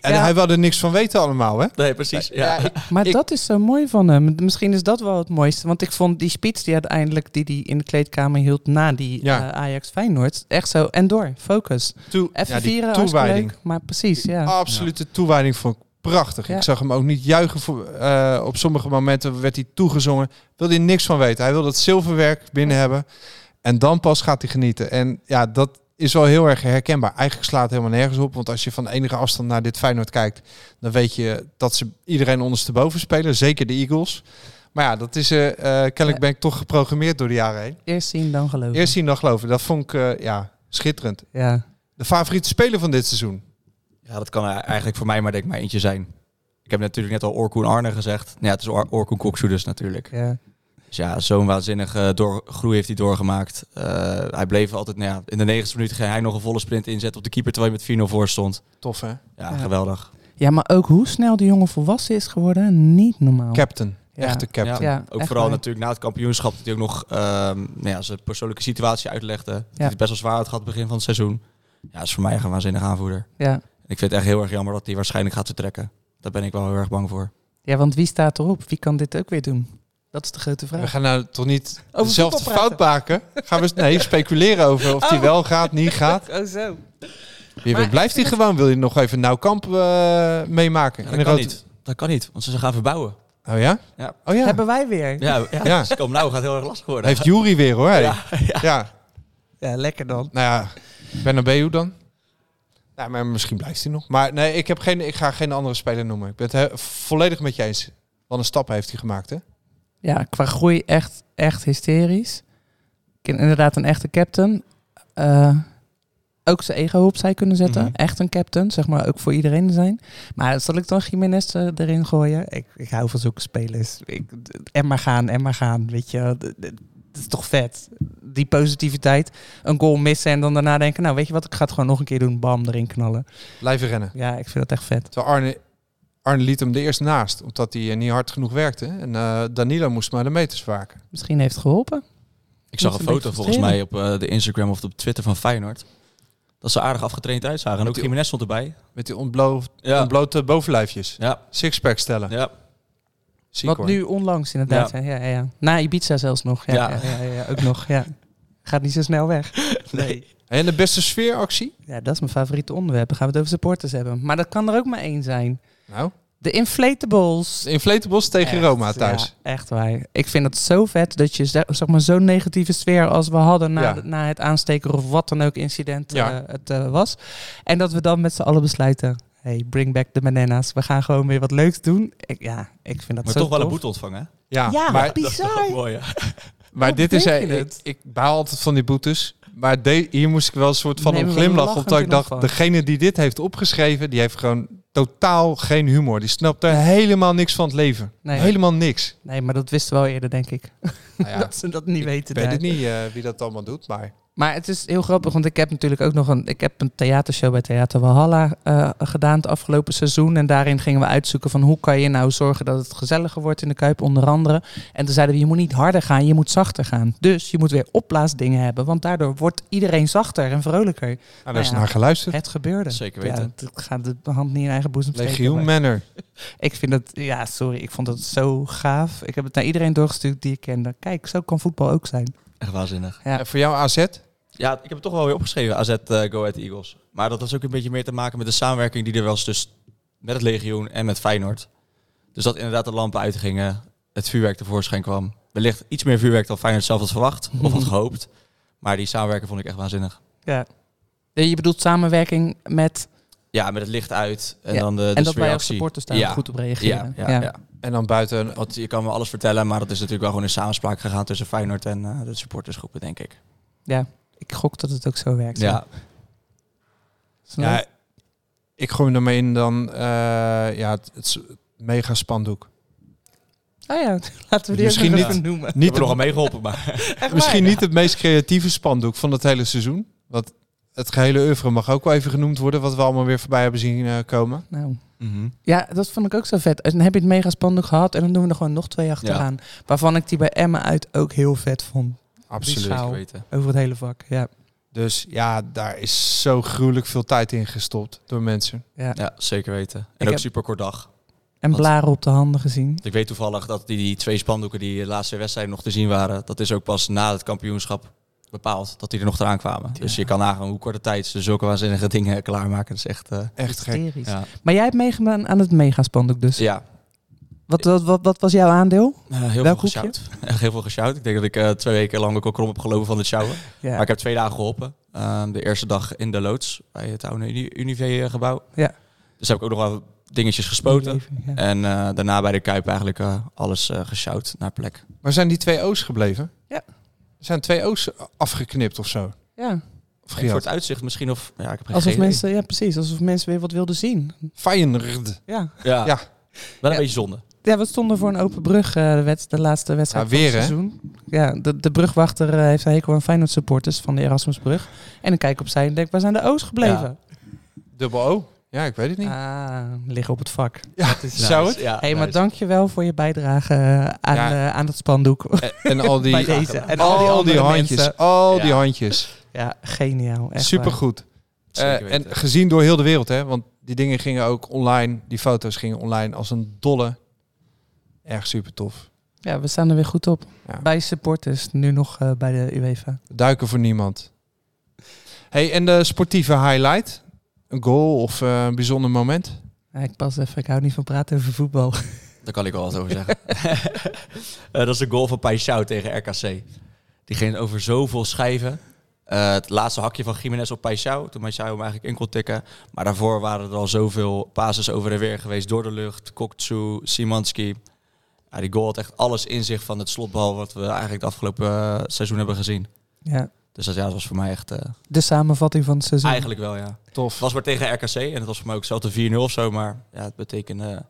E: en
F: Ja.
E: hij wilde er niks van weten allemaal, hè?
B: Nee, precies. Ja.
F: Maar
E: Ik-
F: dat is zo mooi van hem. Misschien is dat wel het mooiste. Want ik vond die spits die uiteindelijk die, die in de kleedkamer hield na die
E: Ja.
F: eh, Ajax Feyenoord. Echt zo. En door. Focus.
E: Toe,
F: Even
E: ja, die
F: vieren, hartstikke
E: toewijding. Oh.
F: leuk. Maar precies, ja.
E: Absolute toewijding vond ik prachtig.
F: Ja.
E: Ik zag hem ook niet juichen. Voor, eh, op sommige momenten werd hij toegezongen. Wilde hij niks van weten. Hij wil dat zilverwerk binnen hebben. En dan pas gaat hij genieten. En ja, dat is wel heel erg herkenbaar. Eigenlijk slaat het helemaal nergens op. Want als je van enige afstand naar dit Feyenoord kijkt... dan weet je dat ze iedereen ondersteboven spelen. Zeker de Eagles. Maar ja, dat is eh eh, kennelijk ben ik toch geprogrammeerd door de jaren heen.
F: Eerst zien, dan geloven.
E: Eerst zien dan geloven. Dat vond ik eh, ja, schitterend.
F: Ja.
E: De favoriete speler van dit seizoen.
B: ja, dat kan eigenlijk voor mij maar denk ik maar eentje zijn. Ik heb natuurlijk net al Orkoen Arne gezegd. Nou Ja, het is Or- Orkoen Koksoeders natuurlijk.
F: ja.
B: Dus ja, zo'n waanzinnige door, groei heeft hij doorgemaakt. Eh, hij bleef altijd, nou ja, in de negentigste minuut ging hij nog een volle sprint inzetten op de keeper terwijl hij met 4-0 voor stond.
E: Tof, hè?
B: Ja,
F: Ja.
B: geweldig.
F: Ja, maar ook hoe snel die jongen volwassen is geworden, niet normaal.
E: Captain.
F: Ja.
E: Echte captain.
F: Ja,
B: ook
F: echt
B: vooral
F: waar.
B: natuurlijk na het kampioenschap dat hij ook nog ehm, nou ja, zijn persoonlijke situatie uitlegde. Dat hij het best wel zwaar had gehad begin van het seizoen. Ja, dat is voor mij echt een waanzinnig aanvoerder.
F: Ja.
B: Ik vind het echt heel erg jammer dat hij waarschijnlijk gaat vertrekken. Daar ben ik wel heel erg bang voor.
F: ja, want wie staat erop? Wie kan dit ook weer doen? Dat is de grote
E: We
F: vraag.
E: gaan nou toch niet
F: Over
E: dezelfde
F: voetbal praten.
E: fout maken? Gaan we nee, speculeren over of die
F: Oh.
E: wel gaat, niet gaat.
F: Oh zo.
E: Wie weet, blijft hij gewoon? Wil je nog even Nauwkamp eh meemaken?
B: Ja,
E: In
B: dat
E: de
B: kan
E: rode-
B: niet. Dat kan niet, want ze gaan verbouwen.
E: Oh ja?
B: Ja.
E: Oh ja.
F: Hebben wij weer. Ja,
B: Ja, ja.
E: Ja.
B: dus kom nou gaat heel erg lastig worden.
E: Heeft Jury weer hoor. hey. Ja.
B: Ja, ja.
F: lekker dan.
E: Nou ja, Bernabeu dan? Nou, maar misschien blijft hij nog. Maar nee, ik, heb geen, ik ga geen andere speler noemen. Ik ben het he- volledig met je eens. Wat een stap heeft hij gemaakt, hè?
F: Ja, qua groei echt, echt hysterisch. Ik ken inderdaad een echte captain. Eh, ook zijn ego opzij kunnen zetten.
E: Mhm.
F: Echt een captain, zeg maar, ook voor iedereen zijn. Maar zal ik dan Jiménez eh, erin gooien? Ik, ik hou van zulke spelers. Ik, en maar gaan, en maar gaan, weet je. wel. D- d- Het is toch vet. Die positiviteit. Een goal missen en dan daarna denken... nou, weet je wat, ik ga het gewoon nog een keer doen. Bam, erin knallen.
E: Blijven rennen.
F: Ja, ik vind dat echt vet.
E: Terwijl Arne, Arne liet hem er eerst naast. Omdat hij eh, niet hard genoeg werkte. En eh, Danilo moest maar de meters waken.
F: Misschien heeft het geholpen.
B: Ik zag
F: Dat
B: een
F: is een
B: foto
F: beetje
B: volgens mij op eh, de Instagram of op Twitter van Feyenoord. Dat ze aardig afgetraind uitzagen. En ook
E: die-
B: Jiménez stond erbij.
E: Met die ontblo
B: Ja.
E: ontblote bovenlijfjes.
B: Ja,
E: Sixpack stellen.
B: ja.
E: Ziek,
F: Wat
E: hoor.
F: nu onlangs inderdaad. Ja. Ja, ja, ja. Na Ibiza zelfs nog. Ja, ja.
B: Ja.
F: Ja, ja, ook nog. Ja. Gaat niet zo snel weg.
B: Nee.
E: En de beste sfeeractie?
F: Ja, dat is mijn favoriete onderwerp. Dan gaan we het over supporters hebben. Maar dat kan er ook maar één zijn.
E: Nou,
F: De inflatables.
E: de inflatables tegen
F: Echt,
E: Roma thuis.
F: ja, echt waar. Ik vind het zo vet dat je ze- zeg maar, zo'n negatieve sfeer als we hadden na,
E: Ja.
F: de- na het aansteken of wat dan ook incident
E: Ja.
F: eh, het eh, was. En dat we dan met z'n allen besluiten. Hey, bring back the bananas. We gaan gewoon weer wat leuks doen. Ik, ja, ik vind dat
B: Maar
F: zo
B: toch wel een
F: tof.
B: boete ontvangen. hè?
E: Ja,
F: Ja,
E: maar,
F: bizar.
B: Mooi, ja.
E: maar dit is... eh,
F: betekent
E: Ik,
F: het?
E: ik baal altijd van die boetes. Maar de- hier moest ik wel een soort van
F: Nemen
E: om
F: we een
E: glimlachen.
F: lachend
E: Omdat ik
F: in
E: dacht,
F: ontvangst.
E: degene die dit heeft opgeschreven... die heeft gewoon totaal geen humor. Die snapt er helemaal niks van het leven.
F: Nee.
E: Helemaal niks.
F: Nee, maar dat wisten we al eerder, denk ik.
E: Nou ja,
F: dat ze dat niet weten.
E: ik weet
F: daar.
E: het niet eh, wie dat allemaal doet, maar...
F: Maar het is heel grappig, want ik heb natuurlijk ook nog een, ik heb een theatershow bij Theater Walhalla eh, gedaan het afgelopen seizoen. En daarin gingen we uitzoeken van hoe kan je nou zorgen dat het gezelliger wordt in de Kuip onder andere. En toen zeiden we, je moet niet harder gaan, je moet zachter gaan. Dus je moet weer opblaasdingen hebben, want daardoor wordt iedereen zachter en vrolijker.
E: Nou, daar
F: Nou
E: is
F: ja.
E: naar geluisterd.
F: Het gebeurde.
B: Zeker weten.
F: Ja, ik ga de hand niet in eigen boezem steken. maar-
E: Legioen Manor.
F: ik vind het, ja sorry, ik vond het zo gaaf. Ik heb het naar iedereen doorgestuurd die ik kende. Kijk, zo kan voetbal ook zijn.
B: Echt waanzinnig.
F: Ja.
E: En voor jou AZ?
B: Ja, ik heb het toch wel weer opgeschreven, AZ eh, Go Ahead Eagles. Maar dat was ook een beetje meer te maken met de samenwerking die er was dus met het Legioen en met Feyenoord. Dus dat inderdaad de lampen uitgingen, het vuurwerk tevoorschijn kwam. Wellicht iets meer vuurwerk dan Feyenoord zelf had verwacht of had gehoopt. Maar die samenwerking vond ik echt waanzinnig.
F: Ja. Nee, Eh, Je bedoelt samenwerking met...
B: Ja, met het licht uit en
F: Ja,
B: dan de, de
F: en dat wij als
B: sfeeractie.
F: supporters daar
B: Ja.
F: goed op
B: ja,
F: reageren.
B: ja, ja.
E: En dan buiten
B: Want je kan me alles vertellen, maar dat is natuurlijk wel gewoon in samenspraak gegaan tussen Feyenoord en eh, de supportersgroepen, denk ik.
F: Ik gok dat het ook zo werkt.
B: Ja,
F: Snap je?
E: Ja, ik gooi hem ermee in dan eh, ja, het, het is een mega spandoek.
F: Ah ja, laten we die
E: Misschien
F: Misschien
E: niet-
F: even noemen.
B: niet
E: Niet
B: hebben we nog
E: de-
B: aan meegeholpen, maar
E: misschien niet het meest creatieve spandoek van het hele seizoen. Want het gehele oeuvre mag ook wel even genoemd worden, wat we allemaal weer voorbij hebben zien eh, komen.
F: Nou.
B: Mhm.
F: Ja, dat vond ik ook zo vet. En dan heb je het mega spannend gehad en dan doen we er gewoon nog twee achteraan. Waarvan ik die bij Emma uit ook heel vet vond.
E: Absoluut.
F: schaal.
B: weten.
F: Over het hele vak. Ja,
E: Dus ja, daar is zo gruwelijk veel tijd in gestopt door mensen.
F: ja.
B: Ja, zeker weten. En
F: Ik
B: ook
F: heb-
B: super kort dag.
F: En
B: Wat?
F: blaren op de handen gezien.
B: Want ik weet toevallig dat die, die twee spandoeken die de laatste wedstrijd nog te zien waren, dat is ook pas na het kampioenschap bepaald dat die er nog eraan kwamen. Dus je kan nagaan hoe korte tijd ze zulke waanzinnige dingen klaarmaken. Dat is echt... eh,
E: Echt gek.
F: Hysterisch.
B: ja.
F: Maar jij hebt meegedaan aan het megaspandoek dus.
B: ja,
F: Wat, wat, wat, wat was jouw aandeel?
B: Eh, heel
F: Welk
B: veel
F: hoekje?
B: geshout. Echt heel veel geshout. Ik denk dat ik eh, twee weken lang ook al krom heb gelopen van het showen.
F: Ja.
B: Maar ik heb twee dagen geholpen. Ehm, de eerste dag in de loods bij het oude Uni- Unive-gebouw.
F: Ja.
B: Dus heb ik ook nog wel dingetjes gespoten.
F: Ja.
B: En eh, daarna bij de Kuip eigenlijk eh, alles eh geshout naar plek.
E: Maar zijn die twee O's gebleven?
F: Ja.
E: Er zijn twee O's afgeknipt of zo.
F: Ja,
E: Of
B: En voor
E: gejaagd.
B: het uitzicht misschien of... Ja, ik heb geen
F: alsof
B: idee.
F: mensen, ja, precies. Alsof mensen weer wat wilden zien.
E: Feyenoord.
F: Ja,
B: Ja.
E: Ja.
B: Wel een
F: Ja.
B: beetje zonde.
F: ja we stonden voor een open brug eh, de, wed- de laatste
E: Ja,
F: wedstrijd van
E: weer,
F: het
E: hè?
F: seizoen. Ja, de, de brugwachter eh, heeft een hekel aan Feyenoord supporters van de Erasmusbrug. En dan kijk ik opzij en denk, waar zijn de O's gebleven?
E: Dubbel O? Ja, ik weet het niet.
F: Ah, liggen op het vak.
E: Ja, zou het?
B: Ja,
F: Hé, hey, maar
B: nice.
F: dankjewel voor je bijdrage eh, aan,
E: Ja.
F: eh, aan het spandoek.
E: En al die,
F: Bij deze. En al
E: al
F: die
E: die,
F: andere
E: handjes.
F: mensen.
E: Al die
B: Ja.
E: handjes.
F: Ja, geniaal. Echt waar.
E: Supergoed.
B: Zeker
E: Eh, en
B: weten.
E: gezien door heel de wereld, hè? Want die dingen gingen ook online, die foto's gingen online als een dolle. Erg super tof.
F: Ja, we staan er weer goed op.
E: Ja.
F: Bij supporters, nu nog eh, bij de UEFA.
E: Duiken voor niemand. Hey, en de sportieve highlight? Een goal of eh, een bijzonder moment?
F: Ja, ik pas even, ik hou niet van praten over voetbal.
B: Daar kan ik wel wat over zeggen. Eh, dat is de goal van Paixão tegen RKC. Die ging over zoveel schijven. Eh, het laatste hakje van Jiménez op Paixão. Toen Paixão hem eigenlijk in kon tikken. Maar daarvoor waren er al zoveel pases over en weer geweest. Door de lucht, Kokcu, Simanski. Ja, die goal had echt alles in zich van het slotbal... wat we eigenlijk het afgelopen eh, seizoen hebben gezien.
F: Ja,
B: Dus dat, ja, dat was voor mij echt... eh,
F: de samenvatting van het seizoen.
B: eigenlijk wel, ja. Het
E: Tof.
B: was maar tegen RKC. En het was voor mij ook hetzelfde 4-0 of zo. Maar ja, het betekende,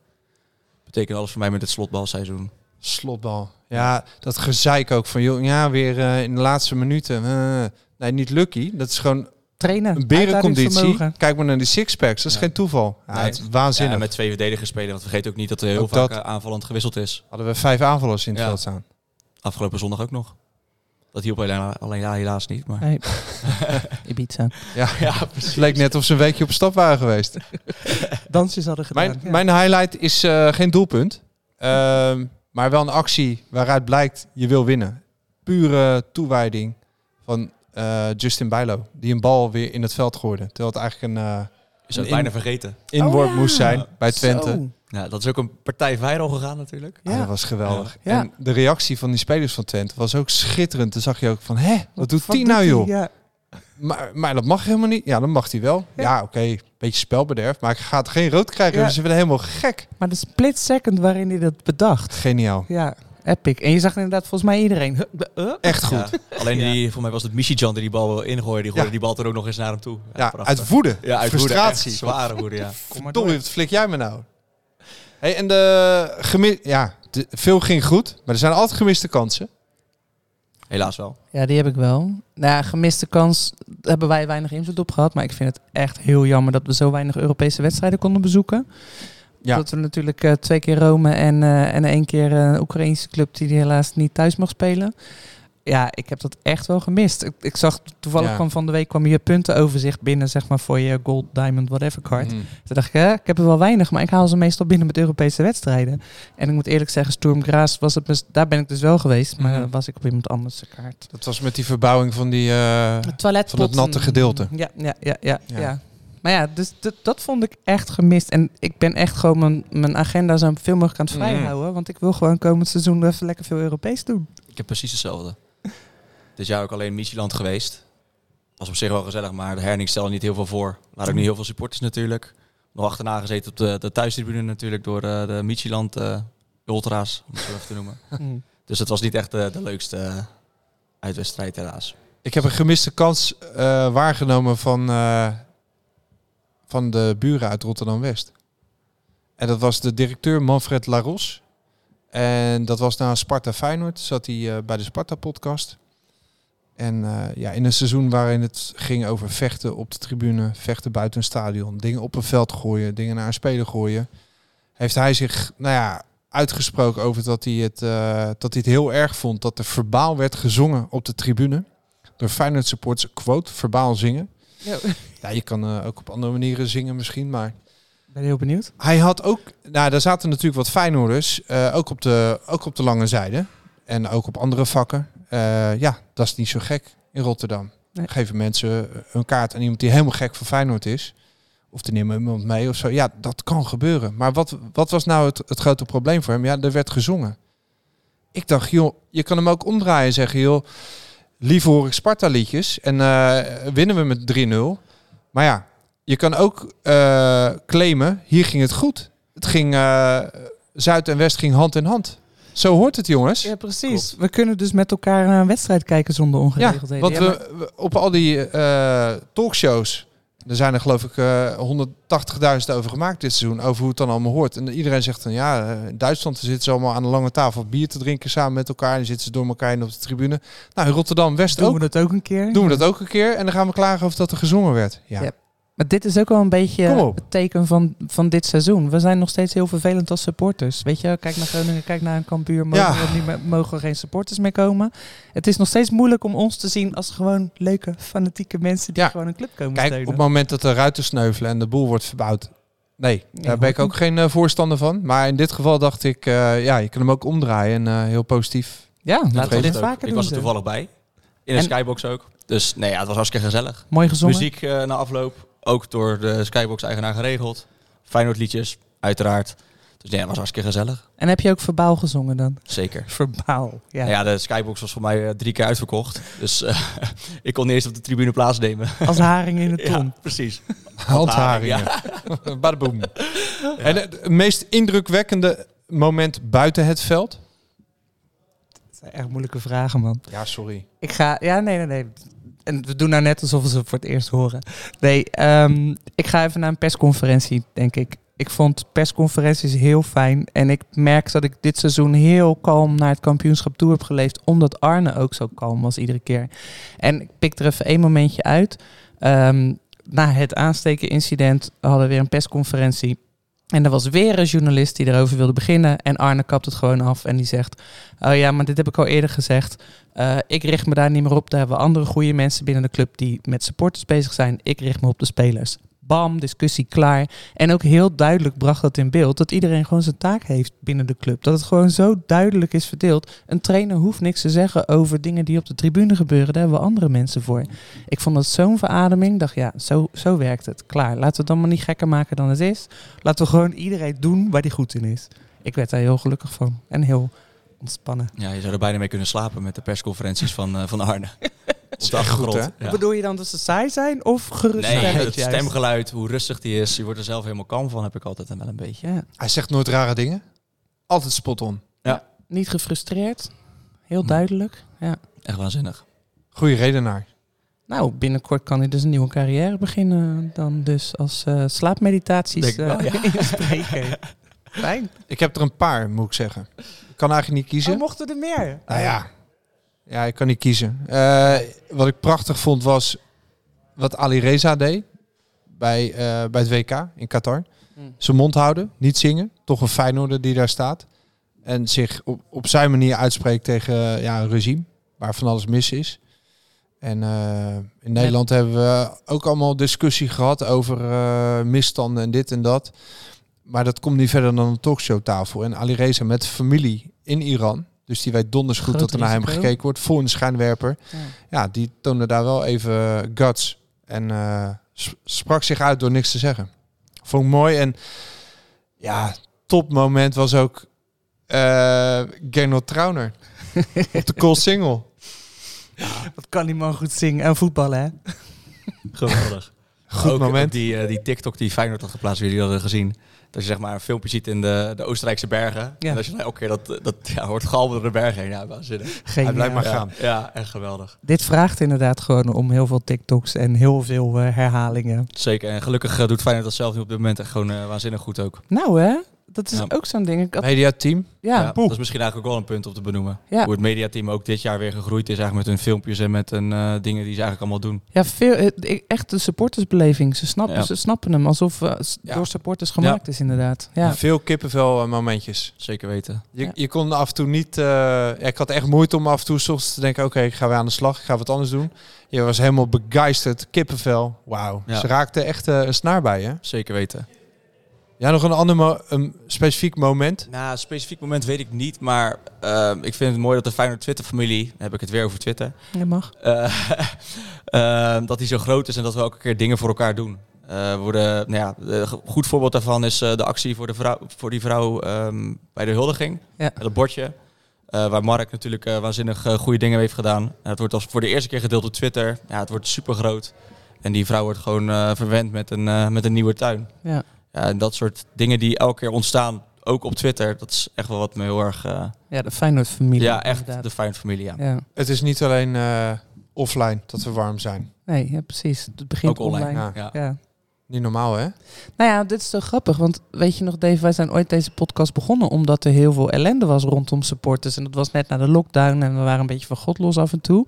B: betekende alles voor mij met het slotbalseizoen.
E: Slotbal. Ja, dat gezeik ook van, joh, ja, weer eh, in de laatste minuten. eh. nee, niet lucky. Dat is gewoon
F: Trainen,
E: een berenconditie.
F: uithoudingsvermogen.
E: Kijk maar naar die sixpacks. Dat is
B: Ja.
E: geen toeval. Ja,
B: Nee.
E: Het is
B: Ja,
E: waanzinnig.
B: en met twee verdedigers spelen. Want vergeet ook niet dat er heel
E: Ook
B: vaak
E: dat.
B: eh, aanvallend gewisseld is.
E: Hadden we vijf aanvallers in het
B: Ja.
E: veld staan.
B: Afgelopen zondag ook nog. Dat hielp alleen, alleen ja, helaas niet. Maar...
F: Nee. Ibiza.
B: Ja, precies.
E: Het leek net of ze een weekje op stap waren geweest.
F: Dansjes hadden gedaan.
E: Mijn,
F: ja.
E: mijn highlight is eh, geen doelpunt. Ehm, maar wel een actie waaruit blijkt je wil winnen. Pure toewijding van eh, Justin Bijlo. Die een bal weer in het veld gooide. Terwijl het eigenlijk een eh,
B: Is dat
E: In-
B: bijna vergeten.
E: inworp
F: ja.
E: moest zijn bij Twente.
F: Zo.
B: Ja, dat is ook een partij viral gegaan natuurlijk.
E: Ja.
F: Ja.
E: dat was geweldig.
F: Ja.
E: En de reactie van die spelers van Twente was ook schitterend. Toen zag je ook van, hè, wat, doet
F: Wat
E: die nou
F: doet
E: joh?
F: Ja.
E: Maar, maar dat mag helemaal niet. Ja, dan mag hij wel. Ja, oké, beetje spelbederf. Maar ik ga het geen rood krijgen.
F: Ja.
E: Dus ze werden helemaal gek.
F: Maar de split second waarin hij dat bedacht.
E: Geniaal.
F: Ja, epic. En je zag inderdaad volgens mij iedereen. Huh, huh, huh?
E: Echt goed.
B: Ja. Alleen die, voor mij was het Michijan die die bal wil ingooien. Die gooide
E: Ja.
B: die bal er ook nog eens naar hem toe.
E: Ja,
B: prachtig.
E: uit woede.
B: Ja, uit woede.
E: frustratie.
B: Echt Zware woede, ja.
F: Kom maar
E: Verdomme, wat flik jij me nou? Hey, en de gemi- ja, de- veel ging goed, maar er zijn altijd gemiste kansen.
B: Helaas wel.
F: Ja, die heb ik wel. Nou, ja, gemiste kans daar hebben wij weinig invloed op gehad. Maar ik vind het echt heel jammer dat we zo weinig Europese wedstrijden konden bezoeken.
E: Ja.
F: Dat we natuurlijk eh, twee keer Rome en, eh, en één keer eh, een Oekraïnse club die helaas niet thuis mag spelen. Ja, ik heb dat echt wel gemist. Ik, ik zag toevallig
E: Ja.
F: kwam van de week kwam je puntenoverzicht binnen, zeg maar, voor je Gold Diamond Whatever card.
E: Mhm.
B: Mm.
F: Toen dacht ik, hè, ik heb er wel weinig, maar ik haal ze meestal binnen met Europese wedstrijden. En ik moet eerlijk zeggen, Sturm Graz was het, mis- daar ben ik dus wel geweest, maar
E: Mhm.
F: dan was ik op iemand anders de kaart.
E: Dat was met die verbouwing van die... eh,
F: Het toilet
E: Van dat natte gedeelte.
F: Ja, ja, ja, ja.
E: Ja.
F: ja. Maar ja, dus dat- dat vond ik echt gemist. En ik ben echt gewoon mijn, mijn agenda zo veel mogelijk aan het
E: Mm.
F: vrijhouden. Want ik wil gewoon komend seizoen even lekker veel Europees doen.
B: Ik heb precies hetzelfde. Dit jaar ook alleen Micheland geweest. was op zich wel gezellig, maar de herning stelde niet heel veel voor. Laat ook niet heel veel supporters natuurlijk. Nog achterna gezeten op de, de thuistribune natuurlijk door eh, de Michieland eh, Ultra's, om het zo even te noemen.
F: Mm.
B: Dus het was niet echt eh, de leukste uitwedstrijd helaas.
E: Ik heb een gemiste kans eh, waargenomen van, eh, van de buren uit Rotterdam-West. En dat was de directeur Manfred Laros. En dat was na Sparta Feyenoord. Zat hij eh, bij de Sparta-podcast. En eh, ja, in een seizoen waarin het ging over vechten op de tribune, vechten buiten een stadion, dingen op een veld gooien, dingen naar een speler gooien, heeft hij zich, nou ja, uitgesproken over dat hij het, eh, dat hij het heel erg vond dat er verbaal werd gezongen op de tribune door Feyenoord supporters quote verbaal zingen.
F: Ja.
E: Ja, je kan eh, ook op andere manieren zingen misschien, maar
F: Ben je heel benieuwd?
E: hij had ook, nou daar zaten natuurlijk wat Feyenoorders, eh, ook, op de, ook op de lange zijde en ook op andere vakken. Eh, ja, dat is niet zo gek in Rotterdam.
F: Nee.
E: Geven mensen een kaart aan iemand die helemaal gek voor Feyenoord is. Of er nemen iemand mee of zo. Ja, dat kan gebeuren. Maar wat, wat was nou het, het grote probleem voor hem? Ja, er werd gezongen. Ik dacht, joh, je kan hem ook omdraaien en zeggen, joh, liever hoor ik Sparta liedjes en eh, winnen we met 3-0. Maar ja, je kan ook eh, claimen, hier ging het goed. Het ging, eh, Zuid en West ging hand in hand. Zo hoort het, jongens.
F: Ja, precies. We kunnen dus met elkaar naar een wedstrijd kijken zonder
E: Ja,
F: ongeregeldheden.
E: want
F: Ja, maar-
E: we, we- op al die eh, talkshows, er zijn er geloof ik eh 180.000 over gemaakt dit seizoen, over hoe het dan allemaal hoort. En iedereen zegt dan, ja, eh, in Duitsland zitten ze allemaal aan de lange tafel bier te drinken samen met elkaar. En dan zitten ze door elkaar in op de tribune. Nou, in Rotterdam-West
F: doen
E: ook.
F: we dat ook een keer.
E: Doen we dat ook een keer en dan gaan we klagen of dat er gezongen werd. Ja,
F: Ja. Maar dit is ook wel een beetje
E: Kom op.
F: het teken van, van dit seizoen. We zijn nog steeds heel vervelend als supporters. Weet je, kijk naar Groningen, kijk naar een kampuur. Mogen,
E: Ja.
F: er niet meer, mogen er geen supporters meer komen. Het is nog steeds moeilijk om ons te zien als gewoon leuke, fanatieke mensen die
E: Ja.
F: gewoon een club komen
E: Kijk, op
F: steunen.
E: het moment dat de ruiten sneuvelen en de boel wordt verbouwd. Nee, daar ben
F: hoort
E: ik ook
F: niet.
E: geen eh, voorstander van. Maar in dit geval dacht ik, eh, ja, je kan hem ook omdraaien en eh, heel positief.
F: ja, laten we
E: geeft
F: dit
B: Ook.
F: vaker
B: Ik
F: doen.
B: was er
F: zo.
B: toevallig bij. In een
F: En-
B: skybox ook. Dus nee, ja, het was hartstikke gezellig.
F: Mooi gezongen.
B: Muziek eh, na afloop, ook door de Skybox-eigenaar geregeld. Feyenoord liedjes, uiteraard. Dus nee, het was hartstikke gezellig.
F: En heb je ook verbaal gezongen dan?
B: Zeker.
F: Verbaal, ja.
B: Nou Ja, ja de Skybox was voor mij eh, drie keer uitverkocht. Dus eh, ik kon niet eens op de tribune plaatsnemen.
F: Als haring in de ton.
B: Ja, precies.
E: Handharingen. Badaboom. En het meest indrukwekkende moment buiten het veld?
F: Dat zijn echt moeilijke vragen, man.
E: Ja, sorry.
F: Ik ga. Ja, nee, nee, nee. En we doen nou net alsof we ze voor het eerst horen. Nee, ehm, ik ga even naar een persconferentie, denk ik. Ik vond persconferenties heel fijn. En ik merk dat ik dit seizoen heel kalm naar het kampioenschap toe heb geleefd. Omdat Arne ook zo kalm was iedere keer. En ik pik er even één momentje uit. Ehm, na het aanstekenincident hadden we weer een persconferentie. En er was weer een journalist die erover wilde beginnen. En Arne kapt het gewoon af en die zegt... Oh ja, maar dit heb ik al eerder gezegd. Eh, ik richt me daar niet meer op. Daar hebben we andere goede mensen binnen de club die met supporters bezig zijn. Ik richt me op de spelers. Bam, discussie klaar. En ook heel duidelijk bracht dat in beeld dat iedereen gewoon zijn taak heeft binnen de club. Dat het gewoon zo duidelijk is verdeeld. Een trainer hoeft niks te zeggen over dingen die op de tribune gebeuren. Daar hebben we andere mensen voor. Ik vond dat zo'n verademing. Ik dacht, ja, zo, zo werkt het. Klaar. Laten we het dan maar niet gekker maken dan het is. Laten we gewoon iedereen doen waar die goed in is. Ik werd daar heel gelukkig van. En heel ontspannen.
B: Ja, je zou er bijna mee kunnen slapen met de persconferenties van, eh, van Arne. Op de
E: echt goed,
B: achtergrond.
F: Wat
B: Ja.
F: Bedoel je dan dat ze saai zijn of gerust
B: Nee,
F: zijn?
B: het stemgeluid, hoe rustig die is. Je wordt er zelf helemaal kalm van, heb ik altijd wel een beetje.
F: Ja,
E: Hij zegt nooit rare dingen. Altijd spot on.
F: niet gefrustreerd. Heel
B: Hm.
F: duidelijk. Ja.
B: Echt waanzinnig.
E: Goeie redenaar.
F: Nou, binnenkort kan hij dus een nieuwe carrière beginnen. Dan dus als eh, slaapmeditaties
B: Denk ik wel,
F: eh, inspreken. Fijn.
E: Ik heb er een paar, moet ik zeggen. Ik kan eigenlijk niet kiezen.
F: Oh, mochten er meer?
E: Nou ja. Ja, ik kan niet kiezen. Eh, wat ik prachtig vond was wat Ali Reza deed bij, eh, bij het WK in Qatar.
F: Mm.
E: Zijn mond houden, niet zingen. Toch een Feyenoorder die daar staat. En zich op, op zijn manier uitspreekt tegen eh, ja, een regime waar van alles mis is. En eh, in Nederland hebben we ook allemaal discussie gehad over eh, misstanden en dit en dat. Maar dat komt niet verder dan een talkshowtafel. En Ali Reza met familie in Iran. Dus die weet donders goed
F: Groot
E: dat er naar hem
F: risico.
E: gekeken wordt. Voor een schijnwerper.
F: Ja.
E: Ja, die toonde daar wel even guts. En eh, s- sprak zich uit door niks te zeggen. Vond ik mooi. En ja, topmoment was ook eh Gernot Trauner. op de Cool Single.
F: Wat kan die man goed zingen en voetballen, hè?
B: Geweldig.
E: Goed
B: ook,
E: moment.
B: ook die, eh, die TikTok die Feyenoord had geplaatst, jullie hadden gezien. Dat je zeg maar een filmpje ziet in de, de Oostenrijkse bergen.
F: Ja.
B: En als je dan elke keer dat, dat ja, hoort galmen door de bergen heen. Ja, waanzinnig.
F: Geen
E: Hij blijft maar
B: Ja,
E: gaan.
B: Ja, echt geweldig.
F: Dit vraagt inderdaad gewoon om heel veel TikToks en heel veel eh, herhalingen.
B: Zeker. En gelukkig eh, doet Feyenoord dat zelf nu op dit moment echt gewoon eh, waanzinnig goed ook.
F: Nou hè, dat is
B: Ja.
F: ook zo'n ding. Ik had-
E: Mediateam.
F: ja,
B: Ja, dat is misschien eigenlijk ook wel een punt om te benoemen.
F: Ja.
B: Hoe het mediateam ook dit jaar weer gegroeid is eigenlijk met hun filmpjes en met hun eh, dingen die ze eigenlijk allemaal doen.
F: ja veel, eh, ik- echt de supportersbeleving. Ze snappen,
B: Ja.
F: ze snappen hem alsof eh, s-
B: Ja.
F: door supporters gemaakt is inderdaad. Ja.
E: Veel kippenvel eh, momentjes.
B: Zeker weten.
E: Je,
F: Ja.
E: je kon af en toe niet... eh, ja, ik had echt moeite om af en toe s ochtends te denken... Oké, ik ga weer aan de slag. Ik ga wat anders doen. Je was helemaal begeisterd. Kippenvel. Wauw.
B: Ja.
E: Ze raakte echt eh, een snaar bij, hè?
B: Zeker weten.
E: Ja, nog een ander mo- een specifiek moment.
B: Nou, een specifiek moment weet ik niet, maar ehm, ik vind het mooi dat de Feyenoord Twitter-familie, dan heb ik het weer over Twitter,
F: Je mag.
B: eh, ehm, dat die zo groot is en dat we elke keer dingen voor elkaar doen. Eh, we worden, nou ja, een go- goed voorbeeld daarvan is eh, de actie voor, de vrouw, voor die vrouw ehm, bij de huldiging.
F: Ja.
B: Dat bordje. eh, waar Mark natuurlijk eh, waanzinnig eh, goede dingen mee heeft gedaan. En het wordt als voor de eerste keer gedeeld op Twitter. Ja, het wordt super groot. En die vrouw wordt gewoon eh, verwend met een, eh, met een nieuwe tuin.
F: Ja.
B: Ja, en dat soort dingen die elke keer ontstaan, ook op Twitter, dat is echt wel wat me heel erg. eh,
F: Ja, de Feyenoord-familie.
B: ja, echt
F: inderdaad.
B: de fijn familie. Ja.
F: Ja.
E: Het is niet alleen eh, offline dat we warm zijn.
F: Nee, ja, precies. Het begint
B: Ook online,
E: Ja.
B: Ja.
F: Ja.
E: Niet normaal, hè?
F: Nou ja, dit is zo grappig. Want weet je nog, Dave, wij zijn ooit deze podcast begonnen omdat er heel veel ellende was rondom supporters. En dat was net na de lockdown en we waren een beetje van god los af en toe.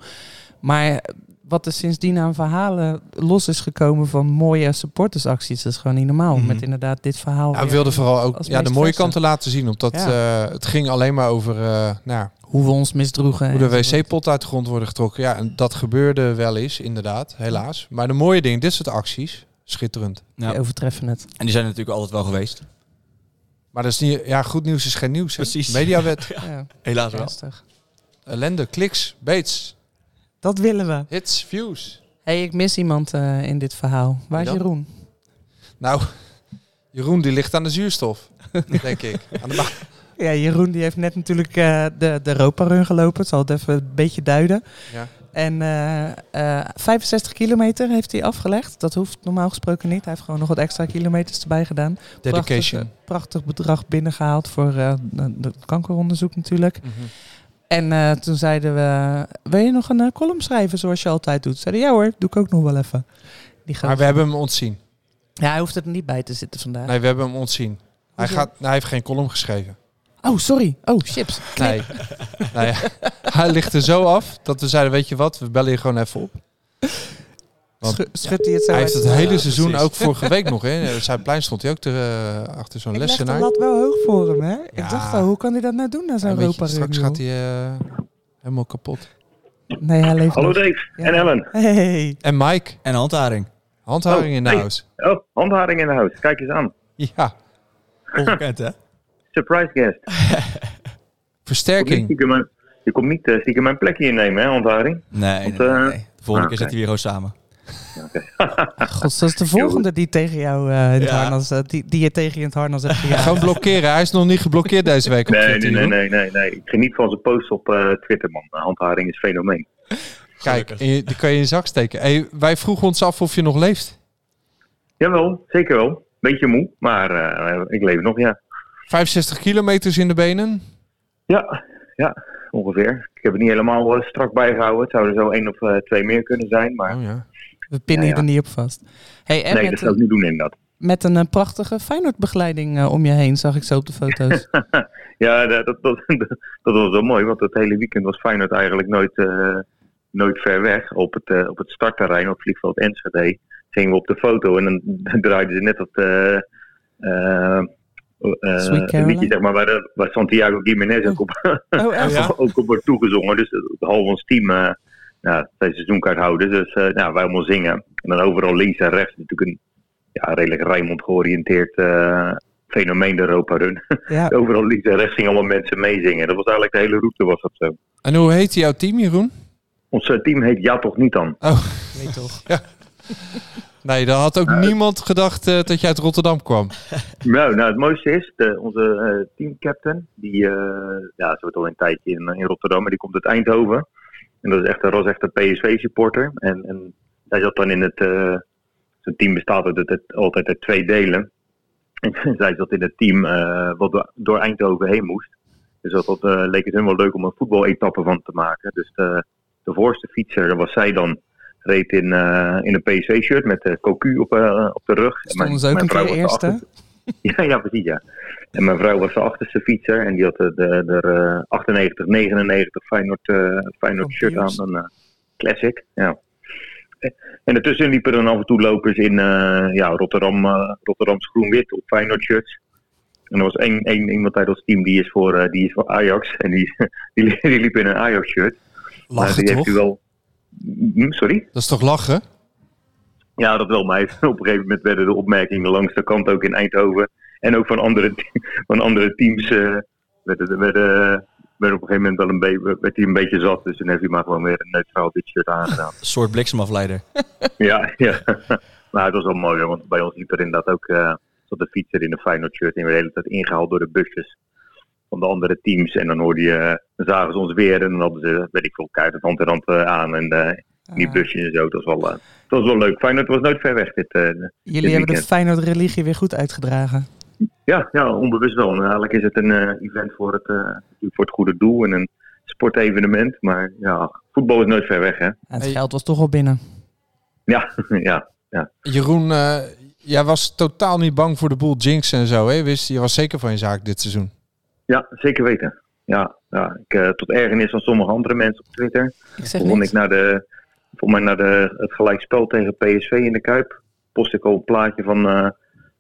F: Maar wat er sindsdien aan verhalen los is gekomen van mooie supportersacties, dat is gewoon niet normaal.
B: Mhm.
F: Met inderdaad dit verhaal.
E: Ja, we
F: weer.
E: wilden vooral ook
F: als
E: ja, de
F: meest
E: mooie
F: verse.
E: kanten laten zien. Omdat
F: Ja.
E: eh, het ging alleen maar over eh, nou, ja,
F: Hoe we ons misdroegen.
E: hoe de
F: enzovoort.
E: wc-pot uit de grond worden getrokken. Ja, en dat gebeurde wel eens, inderdaad, helaas. Maar de mooie ding, dit soort acties, schitterend.
B: Ja.
F: Die overtreffen het.
B: En die zijn er natuurlijk altijd wel geweest.
E: Maar dat is niet, ja, goed nieuws is geen nieuws. hè?
B: Precies.
E: Mediawet,
F: Ja,
B: Helaas wel.
F: ernstig.
E: ellende, kliks, baits,
F: Dat willen we.
E: hits, views.
F: hey, ik mis iemand eh, in dit verhaal. Waar is
E: Wie dan?
F: Jeroen?
E: Nou, Jeroen die ligt aan de zuurstof, denk ik. Aan de ba-
F: Ja, Jeroen die heeft net natuurlijk eh, de, de Europa-run gelopen. Ik zal het even een beetje duiden.
E: Ja.
F: En eh, eh, 65 kilometer heeft hij afgelegd. Dat hoeft normaal gesproken niet. Hij heeft gewoon nog wat extra kilometers erbij gedaan.
E: Dedication.
F: Prachtig, eh, prachtig bedrag binnengehaald voor eh, de- de kankeronderzoek natuurlijk.
E: Mhm.
F: En eh, toen zeiden we, wil je nog een eh, column schrijven zoals je altijd doet? Zeiden ja hoor, doe ik ook nog wel even. Die
E: Maar
F: gaat...
E: we hebben hem ontzien.
F: Ja, hij hoeft er niet bij te zitten vandaag.
E: Nee, we hebben hem ontzien. Hij,
F: Hoezo?
E: gaat, nou, hij heeft geen column geschreven.
F: Oh, sorry. Oh, chips.
E: Nee. nou ja, hij ligt er zo af dat we zeiden, weet je wat, we bellen je gewoon even op. Want-
F: Schu- schudt hij het zo
E: Hij
F: uit
E: heeft het
F: zijn-
E: hele seizoen,
B: precies.
E: ook vorige week nog, hè. Zuidplein stond hij ook er, eh, achter zo'n
F: Ik leg de
E: lessenaar.
F: lat wel hoog voor hem, hè?
E: Ja.
F: Ik dacht al, hoe kan hij dat nou doen na
E: Ja,
F: zijn
E: weet je,
F: europa
E: straks gaat hij eh, helemaal kapot.
F: Nee, hij leeft
I: Hallo
F: nog.
I: Dave
F: Ja.
I: en Ellen.
F: Hey.
E: En Mike,
B: En handharing.
E: handhouding in de
I: Oh, hey.
E: house.
I: Oh, handharing in de hout. Kijk eens aan.
E: Ja,
B: Ongekend, hè?
I: Surprise guest. Je komt niet
E: versterking.
I: stiekem mijn- Je komt niet eh, stiekem mijn plekje innemen, hè, handharing?
B: Nee,
I: Want,
B: nee,
I: eh,
B: nee, nee. De volgende keer
I: ah, oké.
B: zitten we hier gewoon samen.
F: God, dat is de volgende die tegen jou eh, in het
B: Ja.
F: harnas, eh, die, die je tegen je in het harnas hebt gejaagd.
E: Gewoon blokkeren. Hij is nog niet geblokkeerd deze week op
I: Nee,
E: Twitter,
I: nee, nee,
E: joh.
I: nee, nee, nee. Ik geniet van zijn posts op eh, Twitter, man. Handharing is fenomeen.
E: Kijk, en je- die kan je in je zak steken. Hey, wij vroegen ons af of je nog leeft.
I: Jawel, zeker wel. Beetje moe, maar eh, ik leef nog, ja.
E: 65 kilometers in de benen.
I: Ja, ja, ongeveer. Ik heb het niet helemaal eh, strak bijgehouden. Het zouden er zo één of eh, twee meer kunnen zijn, maar
E: Oh ja.
F: We pinnen
I: Ja, ja.
F: je er niet op vast. Hey, en
I: nee, dat
F: met,
I: zou ik niet doen inderdaad.
F: met een eh, prachtige Feyenoord-begeleiding eh, om je heen, zag ik zo op de foto's.
I: Ja, dat, dat, dat, dat was wel mooi, want het hele weekend was Feyenoord eigenlijk nooit, eh, nooit ver weg. Op het, eh, op het startterrein op vliegveld Enschede gingen we op de foto en dan draaiden ze net dat... eh eh, eh,
F: Sweet
I: een
F: Caroline?
I: liedje, zeg maar, waar, de- waar Santiago Gimenez ook op,
F: Oh, echt?
E: Ja.
I: ook op wordt toegezongen. Dus het half ons team, eh ja, zijn seizoenkaarthouders. Dus eh, ja, wij allemaal zingen. En dan overal links en rechts natuurlijk een ja, redelijk Rijnmond georiënteerd eh, fenomeen de Europa Run.
F: Ja.
I: overal links en rechts gingen allemaal mensen meezingen. Dat was eigenlijk de hele route was dat zo.
E: En hoe heet jouw team, Jeroen?
I: Ons eh, team heet Ja Toch Niet Dan.
E: Oh,
F: Weet toch.
E: nee, daar had ook niemand gedacht eh, dat jij uit Rotterdam kwam.
I: Nou, nou, het mooiste is, de, onze eh, eh, teamcaptain, die eh, ja, ze wordt al een tijdje in, in Rotterdam, maar die komt uit Eindhoven. En dat is echt, hij was echt een PSV-supporter. En, en hij zat dan in het... eh, zijn team bestaat uit, uit- uit- altijd uit twee delen. En zij zat in het team eh, wat door- door Eindhoven heen moest. Dus dat, dat eh, leek het hun wel leuk om een voetbaletappe van te maken. Dus de, de voorste fietser, dat was zij dan, reed in, eh, in een PSV-shirt met de cocu op, eh, op de rug. En
F: Stonden ze ook een
I: vrouw
F: keer
I: was de
F: eerste?
I: ja, ja, precies, ja. En mijn vrouw was de achterste fietser en die had de, de, de eh, 98, 99 Feyenoord, eh Feyenoord shirt aan,
F: Kampioens.
I: een eh, classic. Ja. En ertussen liepen dan af en toe lopers in eh, ja, Rotterdam, eh, Rotterdams groen-wit op Feyenoord shirts. En er was één, één, iemand uit ons team die is voor, eh, die is voor Ajax en die, die, die liep in een Ajax shirt. Maar
E: Lachen
I: die
E: toch?
I: heeft u wel... Hm, Sorry?
E: Dat is toch lachen?
I: Ja, dat wel. Maar hij- op een gegeven moment werden de opmerkingen langs de kant ook in Eindhoven. En ook van andere, te- van andere teams eh, werden, werden, eh, werden op een gegeven moment wel een, be- werd hij een beetje zat. Dus toen heeft hij maar gewoon weer een neutraal wit shirt aangedaan.
B: Een soort bliksemafleider.
I: ja, ja. Maar het was wel mooi, hoor, want bij ons liep er inderdaad ook eh, zat de fietser in een Feyenoord shirt. En we de hele tijd ingehaald door de busjes van de andere teams. En dan hoorde je, eh, dan zagen ze ons weer en dan hadden ze, weet ik veel, kaarten hand in hand eh, aan. En eh,
F: Ah.
I: die busjes en zo, dat was wel, eh, dat was wel leuk. Feyenoord was nooit ver weg dit, eh,
F: Jullie hebben dus- de
I: weekend.
F: Feyenoord-religie weer goed uitgedragen.
I: Ja, ja, onbewust wel. En eigenlijk is het een eh, event voor het, eh, natuurlijk voor het goede doel en een sportevenement. Maar ja, voetbal is nooit ver weg, hè?
F: En het
E: Hey.
F: geld was toch al binnen.
I: Ja, ja.
E: Jeroen, eh, jij was totaal niet bang voor de boel jinx en zo. Hè? Wist, je was zeker van je zaak dit seizoen.
I: ja zeker weten. Ja, ja. Ik, eh, tot ergernis van sommige andere mensen op Twitter.
F: Ik zeg
I: Begon ik
F: niks.
I: naar de, volgens mij naar de, het gelijkspel tegen PSV in de Kuip. Post ik al een plaatje van, eh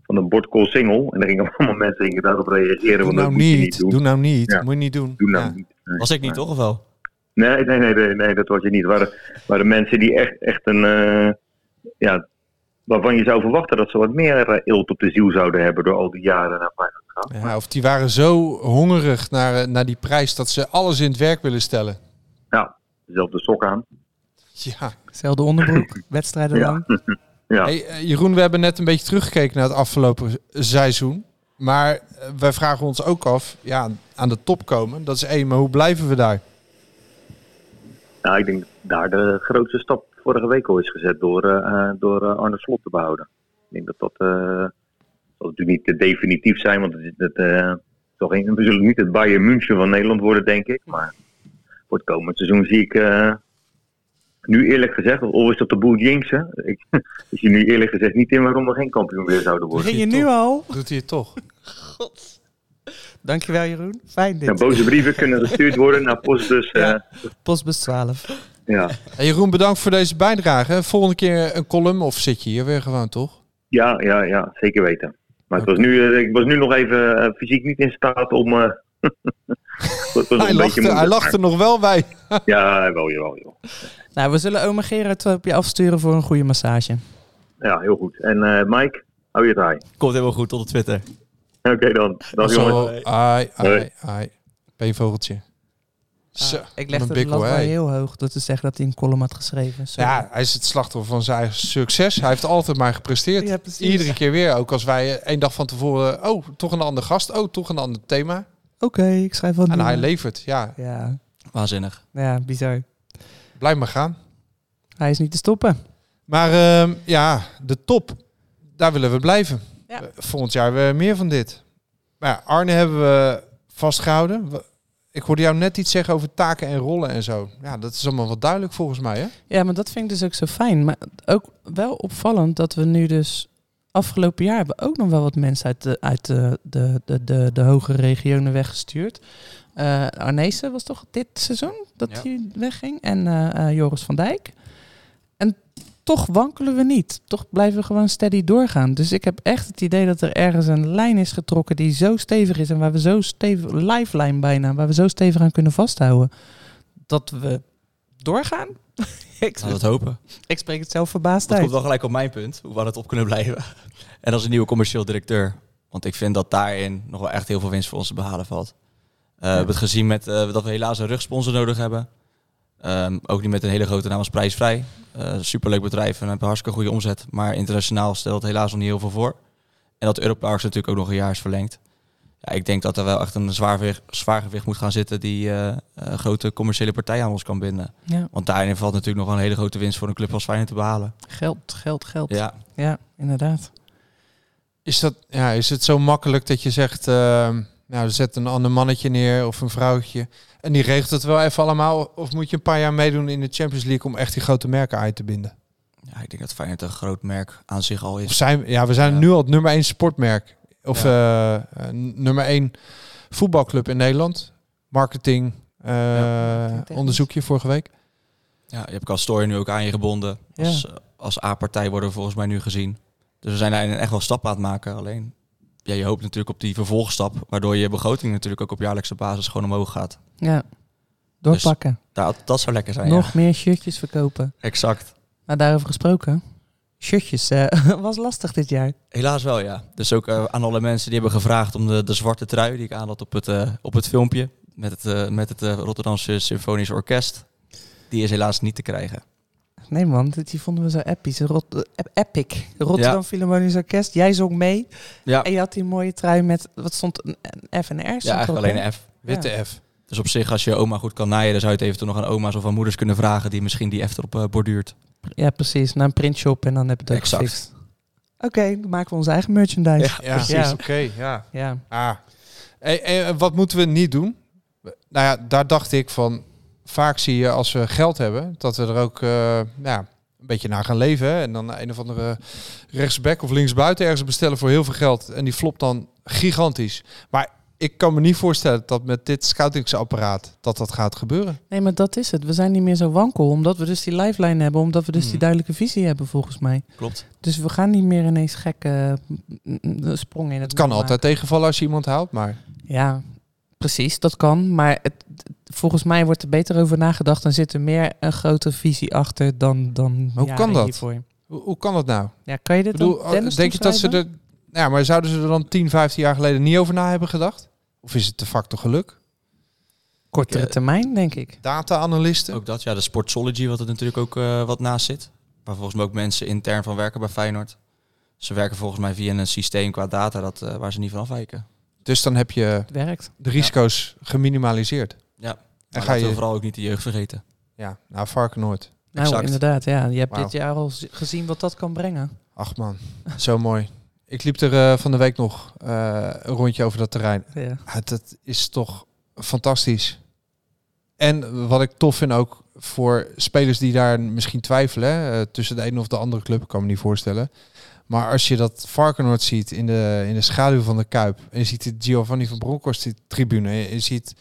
I: van een bordcall single. En daar gingen allemaal mensen gingen daarop reageren.
E: Doe
I: want
E: nou
I: dat moet je
E: niet,
I: niet doen.
E: doe nou niet.
I: Ja.
E: Moet je niet doen.
I: Doe nou
E: Ja.
I: niet.
B: Was ik niet, toch? Of wel?
I: Nee, nee, nee, nee, nee, dat was je niet. Het waren, waren mensen die echt, echt een. eh, ja, waarvan je zou verwachten dat ze wat meer eh, ilt op de ziel zouden hebben door al die jaren naar Feyenoord gaan.
E: Ja, of die waren zo hongerig naar, eh, naar die prijs dat ze alles in het werk willen stellen.
I: Ja, dezelfde sok aan.
E: Ja.
F: Zelfde onderbroek, wedstrijden
I: Ja.
F: lang.
I: Ja.
E: Hey, eh, Jeroen, we hebben net een beetje teruggekeken naar het afgelopen seizoen. Maar eh, wij vragen ons ook af, ja, aan de top komen. Dat is één, maar hoe blijven we daar?
I: Nou, ik denk dat daar de grootste stap vorige week al is gezet door, eh, eh, door eh, Arne Slot te behouden. Ik denk dat dat, eh, dat zal natuurlijk niet te definitief zijn, want het, is- dat, eh, zal geen, we zullen niet het Bayern München van Nederland worden, denk ik. Maar voor het komend seizoen zie ik, eh, nu eerlijk gezegd, of is dat de boel Jinx, hè? Ik ik zie nu eerlijk gezegd niet in waarom we geen kampioen meer zouden worden.
F: Ging je nu al?
E: Doet hij het toch?
F: Dankjewel Jeroen. Fijn
I: Ja,
F: dit.
I: Nou, boze brieven kunnen gestuurd worden naar postbus. eh,
F: Ja. Postbus 12.
I: ja.
E: Hey, Jeroen, bedankt voor deze bijdrage. Volgende keer een column of zit je hier weer gewoon, toch?
I: Ja, ja, ja, zeker weten. Maar het was nu, eh, ik was nu nog even eh, fysiek niet in staat om. eh, het was nog
E: Hij
I: een beetje
E: lacht, er- hij
I: moeilijk,
E: lacht er nog wel bij.
I: maar- Ja, wel, jawel, joh.
F: Nou, we zullen oma Gerard op je afsturen voor een goede massage.
I: Ja, heel goed. En eh, Mike, hou je draai.
B: Komt helemaal goed tot de Twitter.
I: Oké, dan. Dag, jongens.
E: Zo, ai, ai,
I: Hoi.
E: ai. Ben je vogeltje? Zo,
F: Ah, Ik
E: wat
F: leg
E: een
F: de
E: bikkel,
F: lat wel
E: hè.
F: heel hoog dat te zeggen dat hij een column had geschreven. Sorry.
E: Ja, hij is het slachtoffer van zijn eigen succes. Hij heeft altijd maar gepresteerd.
F: Ja, precies.
E: Iedere keer weer. Ook als wij eh, één dag van tevoren... Oh, toch een ander gast. Oh, toch een ander thema.
F: Oké, ik schrijf wat
E: En
F: nieuws.
E: hij levert. Ja,
F: Ja.
B: Waanzinnig.
F: ja, bizar.
E: blijf maar gaan.
F: Hij is niet te stoppen.
E: Maar ehm, ja, de top. Daar willen we blijven.
F: Ja.
E: Eh, Volgend jaar weer meer van dit. Maar ja, Arne hebben we vastgehouden. We- Ik hoorde jou net iets zeggen over taken en rollen en zo. Ja, dat is allemaal wel duidelijk volgens mij, hè?
F: Ja, maar dat vind ik dus ook zo fijn. Maar ook wel opvallend dat we nu dus... Afgelopen jaar hebben we ook nog wel wat mensen uit de, uit de, de, de, de, de hogere regionen weggestuurd. Eh Arnezen was toch dit seizoen dat
B: Ja.
F: hij wegging. En eh, eh, Joris van Dijk. En toch wankelen we niet. Toch blijven we gewoon steady doorgaan. Dus ik heb echt het idee dat er ergens een lijn is getrokken die zo stevig is. En waar we zo stevig, lifeline bijna, waar we zo stevig aan kunnen vasthouden. Dat we doorgaan. ik,
B: Laten we het hopen.
F: ik spreek het zelf verbaasd
B: Dat komt
F: uit.
B: dan gelijk op mijn punt, hoe we aan het op kunnen blijven. En als een nieuwe commercieel directeur. Want ik vind dat daarin nog wel echt heel veel winst voor ons te behalen valt. Eh, We hebben het gezien met, eh, dat we helaas een rugsponsor nodig hebben. Ehm, ook niet met een hele grote naam als prijsvrij. Eh, superleuk bedrijf en hebben een hartstikke goede omzet. Maar internationaal stelt het helaas nog niet heel veel voor. En dat Europarks natuurlijk ook nog een jaar is verlengd. Ja, Ja, ik denk dat er wel echt een zwaargewicht, zwaargewicht moet gaan zitten die eh, eh, grote commerciële partijen aan ons kan binden.
F: Ja.
B: Want daarin valt natuurlijk nog wel een hele grote winst voor een club als Feyenoord te behalen.
F: Geld, geld, geld. Ja,
B: Ja,
F: inderdaad.
E: Is, dat, ja, is het zo makkelijk dat je zegt, ehm, nou zet een ander mannetje neer of een vrouwtje en die regelt het wel even allemaal? Of moet je een paar jaar meedoen in de Champions League om echt die grote merken uit te binden?
B: ja ik denk dat Feyenoord een groot merk aan zich al
E: Of
B: is.
E: zijn, ja, we zijn
B: Ja.
E: nu al het nummer één sportmerk of eh, eh, nummer één voetbalclub in Nederland. Marketing, eh,
F: marketingtechnisch.
E: onderzoekje vorige week.
B: Ja, je hebt Castoria nu ook aan je gebonden.
F: Ja.
B: Als, eh, als A-partij worden we volgens mij nu gezien. Dus we zijn daarin echt wel stappen aan het maken. Alleen, ja, je hoopt natuurlijk op die vervolgstap, waardoor je begroting natuurlijk ook op jaarlijkse basis gewoon omhoog gaat.
F: Ja. Doorpakken.
B: Nou, dat zou lekker zijn.
F: Nog
B: Ja.
F: meer shirtjes verkopen.
B: Exact.
F: Nou, daarover gesproken. Shirtjes eh, was lastig dit jaar.
B: Helaas wel, ja. Dus ook eh, aan alle mensen die hebben gevraagd om de, de zwarte trui die ik aan had op het, eh, op het filmpje. Met het, eh, met het eh, Rotterdamse Symfonisch Orkest. Die is helaas niet te krijgen.
F: Nee man, dit, die vonden we zo episch. Rot, eh, epic. Rotterdam
B: Ja.
F: Philharmonisch Orkest. Jij zong mee.
B: Ja,
F: En je had die mooie trui met, wat stond, een een F en een R?
B: ja
F: stond
B: eigenlijk
F: erop,
B: alleen
F: hè?
B: een F.
E: Witte F.
B: Dus op zich, als je oma goed kan naaien, dan zou je het eventueel nog aan oma's of aan moeders kunnen vragen die misschien die F erop eh, borduurt.
F: Ja, precies. Naar een printshop en dan heb je het ook
B: Exact.
F: gefixt. Oké, dan maken we onze eigen merchandise. Ja.
E: Ja,
F: Ja.
E: Oké, ja. Ah. En, en wat moeten we niet doen? Nou ja, daar dacht ik van. Vaak zie je als we geld hebben, dat we er ook eh, ja, een beetje naar gaan leven. Hè? En dan een of andere rechtsback of linksbuiten ergens bestellen voor heel veel geld. En die flopt dan gigantisch. Maar ik kan me niet voorstellen dat met dit scoutingsapparaat dat dat gaat gebeuren.
F: Nee, maar dat is het. We zijn niet meer zo wankel, omdat we dus die lifeline hebben, omdat we dus
E: Hmm.
F: die duidelijke visie hebben volgens mij.
B: Klopt.
F: Dus we gaan niet meer ineens gekke mm, mm, sprongen in het.
E: Het kan
F: wiel
E: altijd tegenvallen als je iemand haalt, maar
F: maken. Ja, precies, dat kan. Maar het, het- volgens mij wordt er beter over nagedacht en zit er meer een grote visie achter dan dan.
E: Hoe
F: jaren
E: kan dat?
F: Hiervoor.
E: hoe, hoe kan dat nou?
F: Ja, kan je dit
E: Ik bedoel,
F: dan Dennis
E: denk je dat ze
F: toeschrijven?
E: er... Ja, maar zouden ze er dan 10, 15 jaar geleden niet over na hebben gedacht? Of is het de facto geluk?
F: kortere
B: Ja.
F: termijn denk ik?
E: data-analysten.
B: Ook dat, ja, de sportsology, wat er natuurlijk ook eh, wat naast zit. Waar volgens mij ook mensen intern van werken bij Feyenoord. Ze werken volgens mij via een systeem qua data dat, eh, waar ze niet van afwijken.
E: Dus dan heb je
F: Het werkt.
E: de risico's geminimaliseerd.
B: En
E: ga
B: ga je
E: je-
B: vooral ook niet de jeugd vergeten.
E: Ja, nou Varkenoord.
F: Nou,
B: Exact.
F: inderdaad, ja. Je hebt
E: Wauw.
F: dit jaar al z- gezien wat dat kan brengen.
E: Ach man, zo mooi. Ik liep er eh, van de week nog eh, een rondje over dat terrein.
F: Ja.
E: Ah, dat is toch fantastisch. En wat ik tof vind ook voor spelers die daar misschien twijfelen, hè, eh, tussen de ene of de andere club, ik kan me niet voorstellen. Maar als je dat Varkenoord ziet in de, in de schaduw van de Kuip, en je ziet de Giovanni van Bronckhorst die tribune, en je ziet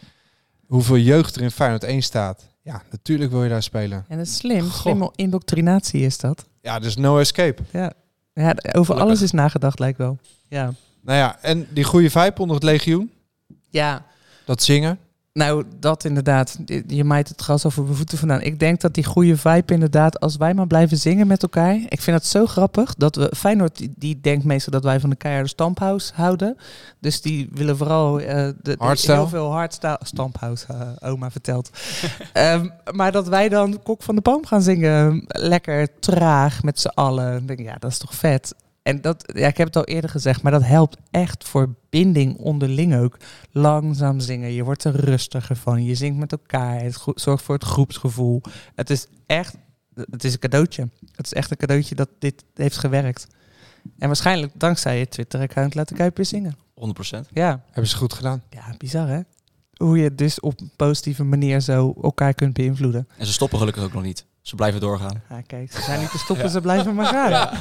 E: hoeveel jeugd er in Feyenoord 1 staat. Ja, natuurlijk wil je daar spelen.
F: En dat is slim.
E: Goh.
F: Slimme indoctrinatie is dat.
E: Ja, dus no escape.
F: Ja, ja d- over alles is nagedacht, lijkt wel. Ja.
E: Nou ja, en die goede vibe onder het legioen,
F: ja,
E: dat zingen.
F: nou dat inderdaad. Je- Je maait het gras over mijn voeten vandaan. Ik denk dat die goede vibe inderdaad, als wij maar blijven zingen met elkaar. Ik vind dat zo grappig. Dat we, Feyenoord die, die denkt meestal dat wij van de keiharde stamphouse houden. Dus die willen vooral eh, de- de,
E: Hardstyle?
F: heel veel hardstyle. Stamphouse, eh, oma vertelt. Ehm, maar dat wij dan Kok van de Boom gaan zingen. Lekker traag met z'n allen. Dan denk ik, ja, dat is toch vet. En dat, ja, ik heb het al eerder gezegd, maar dat helpt echt voor binding onderling ook. Langzaam zingen, je wordt er rustiger van, je zingt met elkaar, het gro- zorgt voor het groepsgevoel. Het is echt, het is een cadeautje. Het is echt een cadeautje dat dit heeft gewerkt. En waarschijnlijk dankzij je Twitter-account laat ik Kuip weer zingen.
B: 100%.
F: Ja,
E: Hebben ze goed gedaan.
F: ja, bizar hè? Hoe je dus op een positieve manier zo elkaar kunt beïnvloeden.
B: En ze stoppen gelukkig ook nog niet. Ze blijven doorgaan.
F: Ja, kijk, ze zijn niet te stoppen, ze blijven maar gaan. Ja,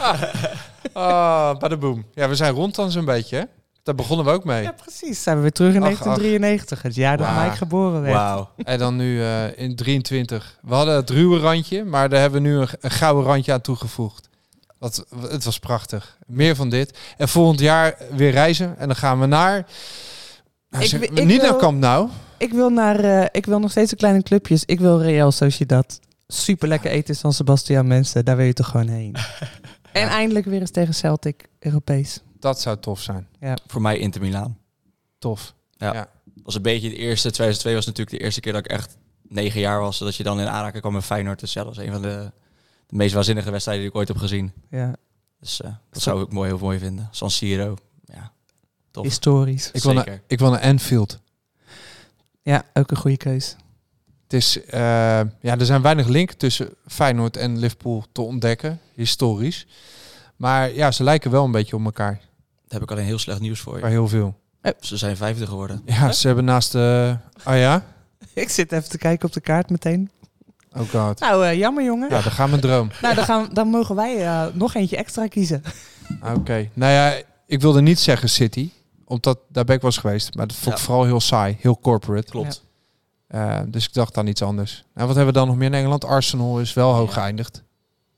E: Ah, badaboom. Ja, we zijn rond dan zo'n beetje, hè? Daar begonnen we ook mee.
F: precies. Zijn we weer terug in
E: Ach, ach.
F: 1993, het jaar dat
E: Wauw.
F: Mike geboren werd.
B: Wauw.
E: En dan nu eh, in 23. We hadden het ruwe randje, maar daar hebben we nu een, een gouden randje aan toegevoegd. Wat, het was prachtig. Meer van dit. En volgend jaar weer reizen. En dan gaan we naar... Nou,
F: Ik
E: zeg-
F: wi- ik
E: niet
F: wil-
E: naar Kamp Nou.
F: Ik wil naar, eh, ik wil nog steeds de kleine clubjes. Ik wil Real Sociedad. Super lekker eten van Sebastian mensen. Daar wil je toch gewoon heen. En eindelijk weer eens tegen Celtic Europees.
E: Dat zou tof zijn.
B: Voor mij Inter Milaan.
E: Tof.
B: was een beetje de eerste. 2002 was natuurlijk de eerste keer dat ik echt negen jaar was. Dat je dan in aanraking kwam met Feyenoord. Dus ja, dat was een van de, de meest waanzinnige wedstrijden die ik ooit heb gezien.
F: Ja.
B: Dus eh, dat zou ik mooi, heel mooi vinden. San Siro. Ja. Tof.
F: Historisch.
E: Ik wil, naar,
B: Zeker.
E: ik wil naar Anfield.
F: Ja, ook een goede keus.
E: Het is, eh, ja, er zijn weinig link tussen Feyenoord en Liverpool te ontdekken, historisch. Maar ja, ze lijken wel een beetje op elkaar,
B: Daar heb ik alleen heel slecht nieuws voor
E: maar
B: je.
E: heel veel.
B: Ze zijn vijfde geworden.
E: Ja, ze hebben naast de... ah ja?
F: Ik zit even te kijken op de kaart meteen.
E: Oh god.
F: Nou, eh, jammer jongen.
E: Ja, daar gaan mijn droom.
F: Nou, dan, gaan, we- dan mogen wij eh, nog eentje extra kiezen.
E: Ah, Oké. Nou ja, ik wilde niet zeggen City, omdat daar ben ik wel eens geweest. Maar dat vond ik
B: Ja.
E: vooral heel saai, heel corporate.
B: Klopt.
E: Eh, dus ik dacht aan iets anders. En wat hebben we dan nog meer in Engeland? Arsenal is wel hoog
B: Ja.
E: geëindigd.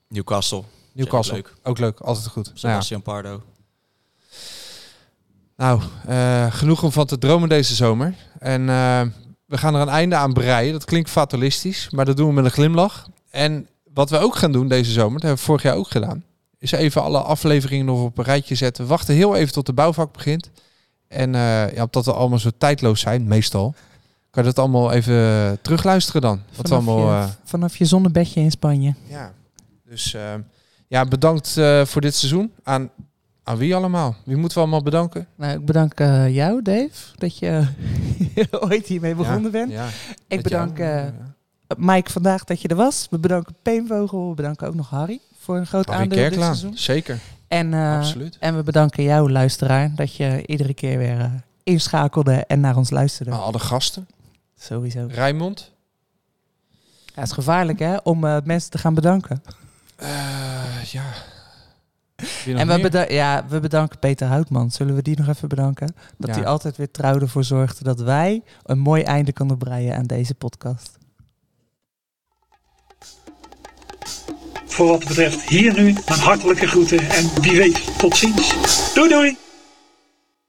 B: Newcastle.
E: Newcastle,
B: Leuk.
E: ook leuk, altijd goed. Nou, ja.
B: Sebastian Pardo.
E: Nou, eh, genoeg om van te dromen deze zomer. En eh, we gaan er een einde aan breien. Dat klinkt fatalistisch, maar dat doen we met een glimlach. En wat we ook gaan doen deze zomer, dat hebben we vorig jaar ook gedaan, is even alle afleveringen nog op een rijtje zetten. We wachten heel even tot de bouwvak begint. En eh, ja, omdat we allemaal zo tijdloos zijn, meestal, kan je dat allemaal even terugluisteren dan. Wat we allemaal, eh,
F: je, vanaf je zonnebedje in Spanje.
E: ja. Dus eh, ja, bedankt eh, voor dit seizoen. Aan, aan wie allemaal? Wie moeten we allemaal bedanken?
F: Nou, ik bedank eh, jou, Dave, dat je ooit hiermee begonnen
E: Ja,
F: bent.
E: ja. Dat
F: ik bedank
E: jou-
F: eh, Mike vandaag dat je er was. We bedanken Peenvogel. We bedanken ook nog Harry voor een groot
E: Harry
F: aandeel
E: Kerklaan,
F: dit seizoen.
E: Zeker,
F: En, eh,
E: absoluut.
F: en we bedanken jou, luisteraar, dat je iedere keer weer eh, inschakelde en naar ons luisterde.
E: Maar alle gasten.
F: Sowieso. Ja,
E: Rijmond.
F: het is gevaarlijk hè, om eh, mensen te gaan bedanken.
E: Eh, ja. Wie nog
F: En we,
E: meer?
F: beda- ja, we bedanken Peter Houtman. Zullen we die nog even bedanken? Dat
E: Ja.
F: hij altijd weer trouw ervoor zorgde dat wij een mooi einde konden breien aan deze podcast.
J: Voor wat betreft hier nu een hartelijke groeten en wie weet tot ziens. Doei doei!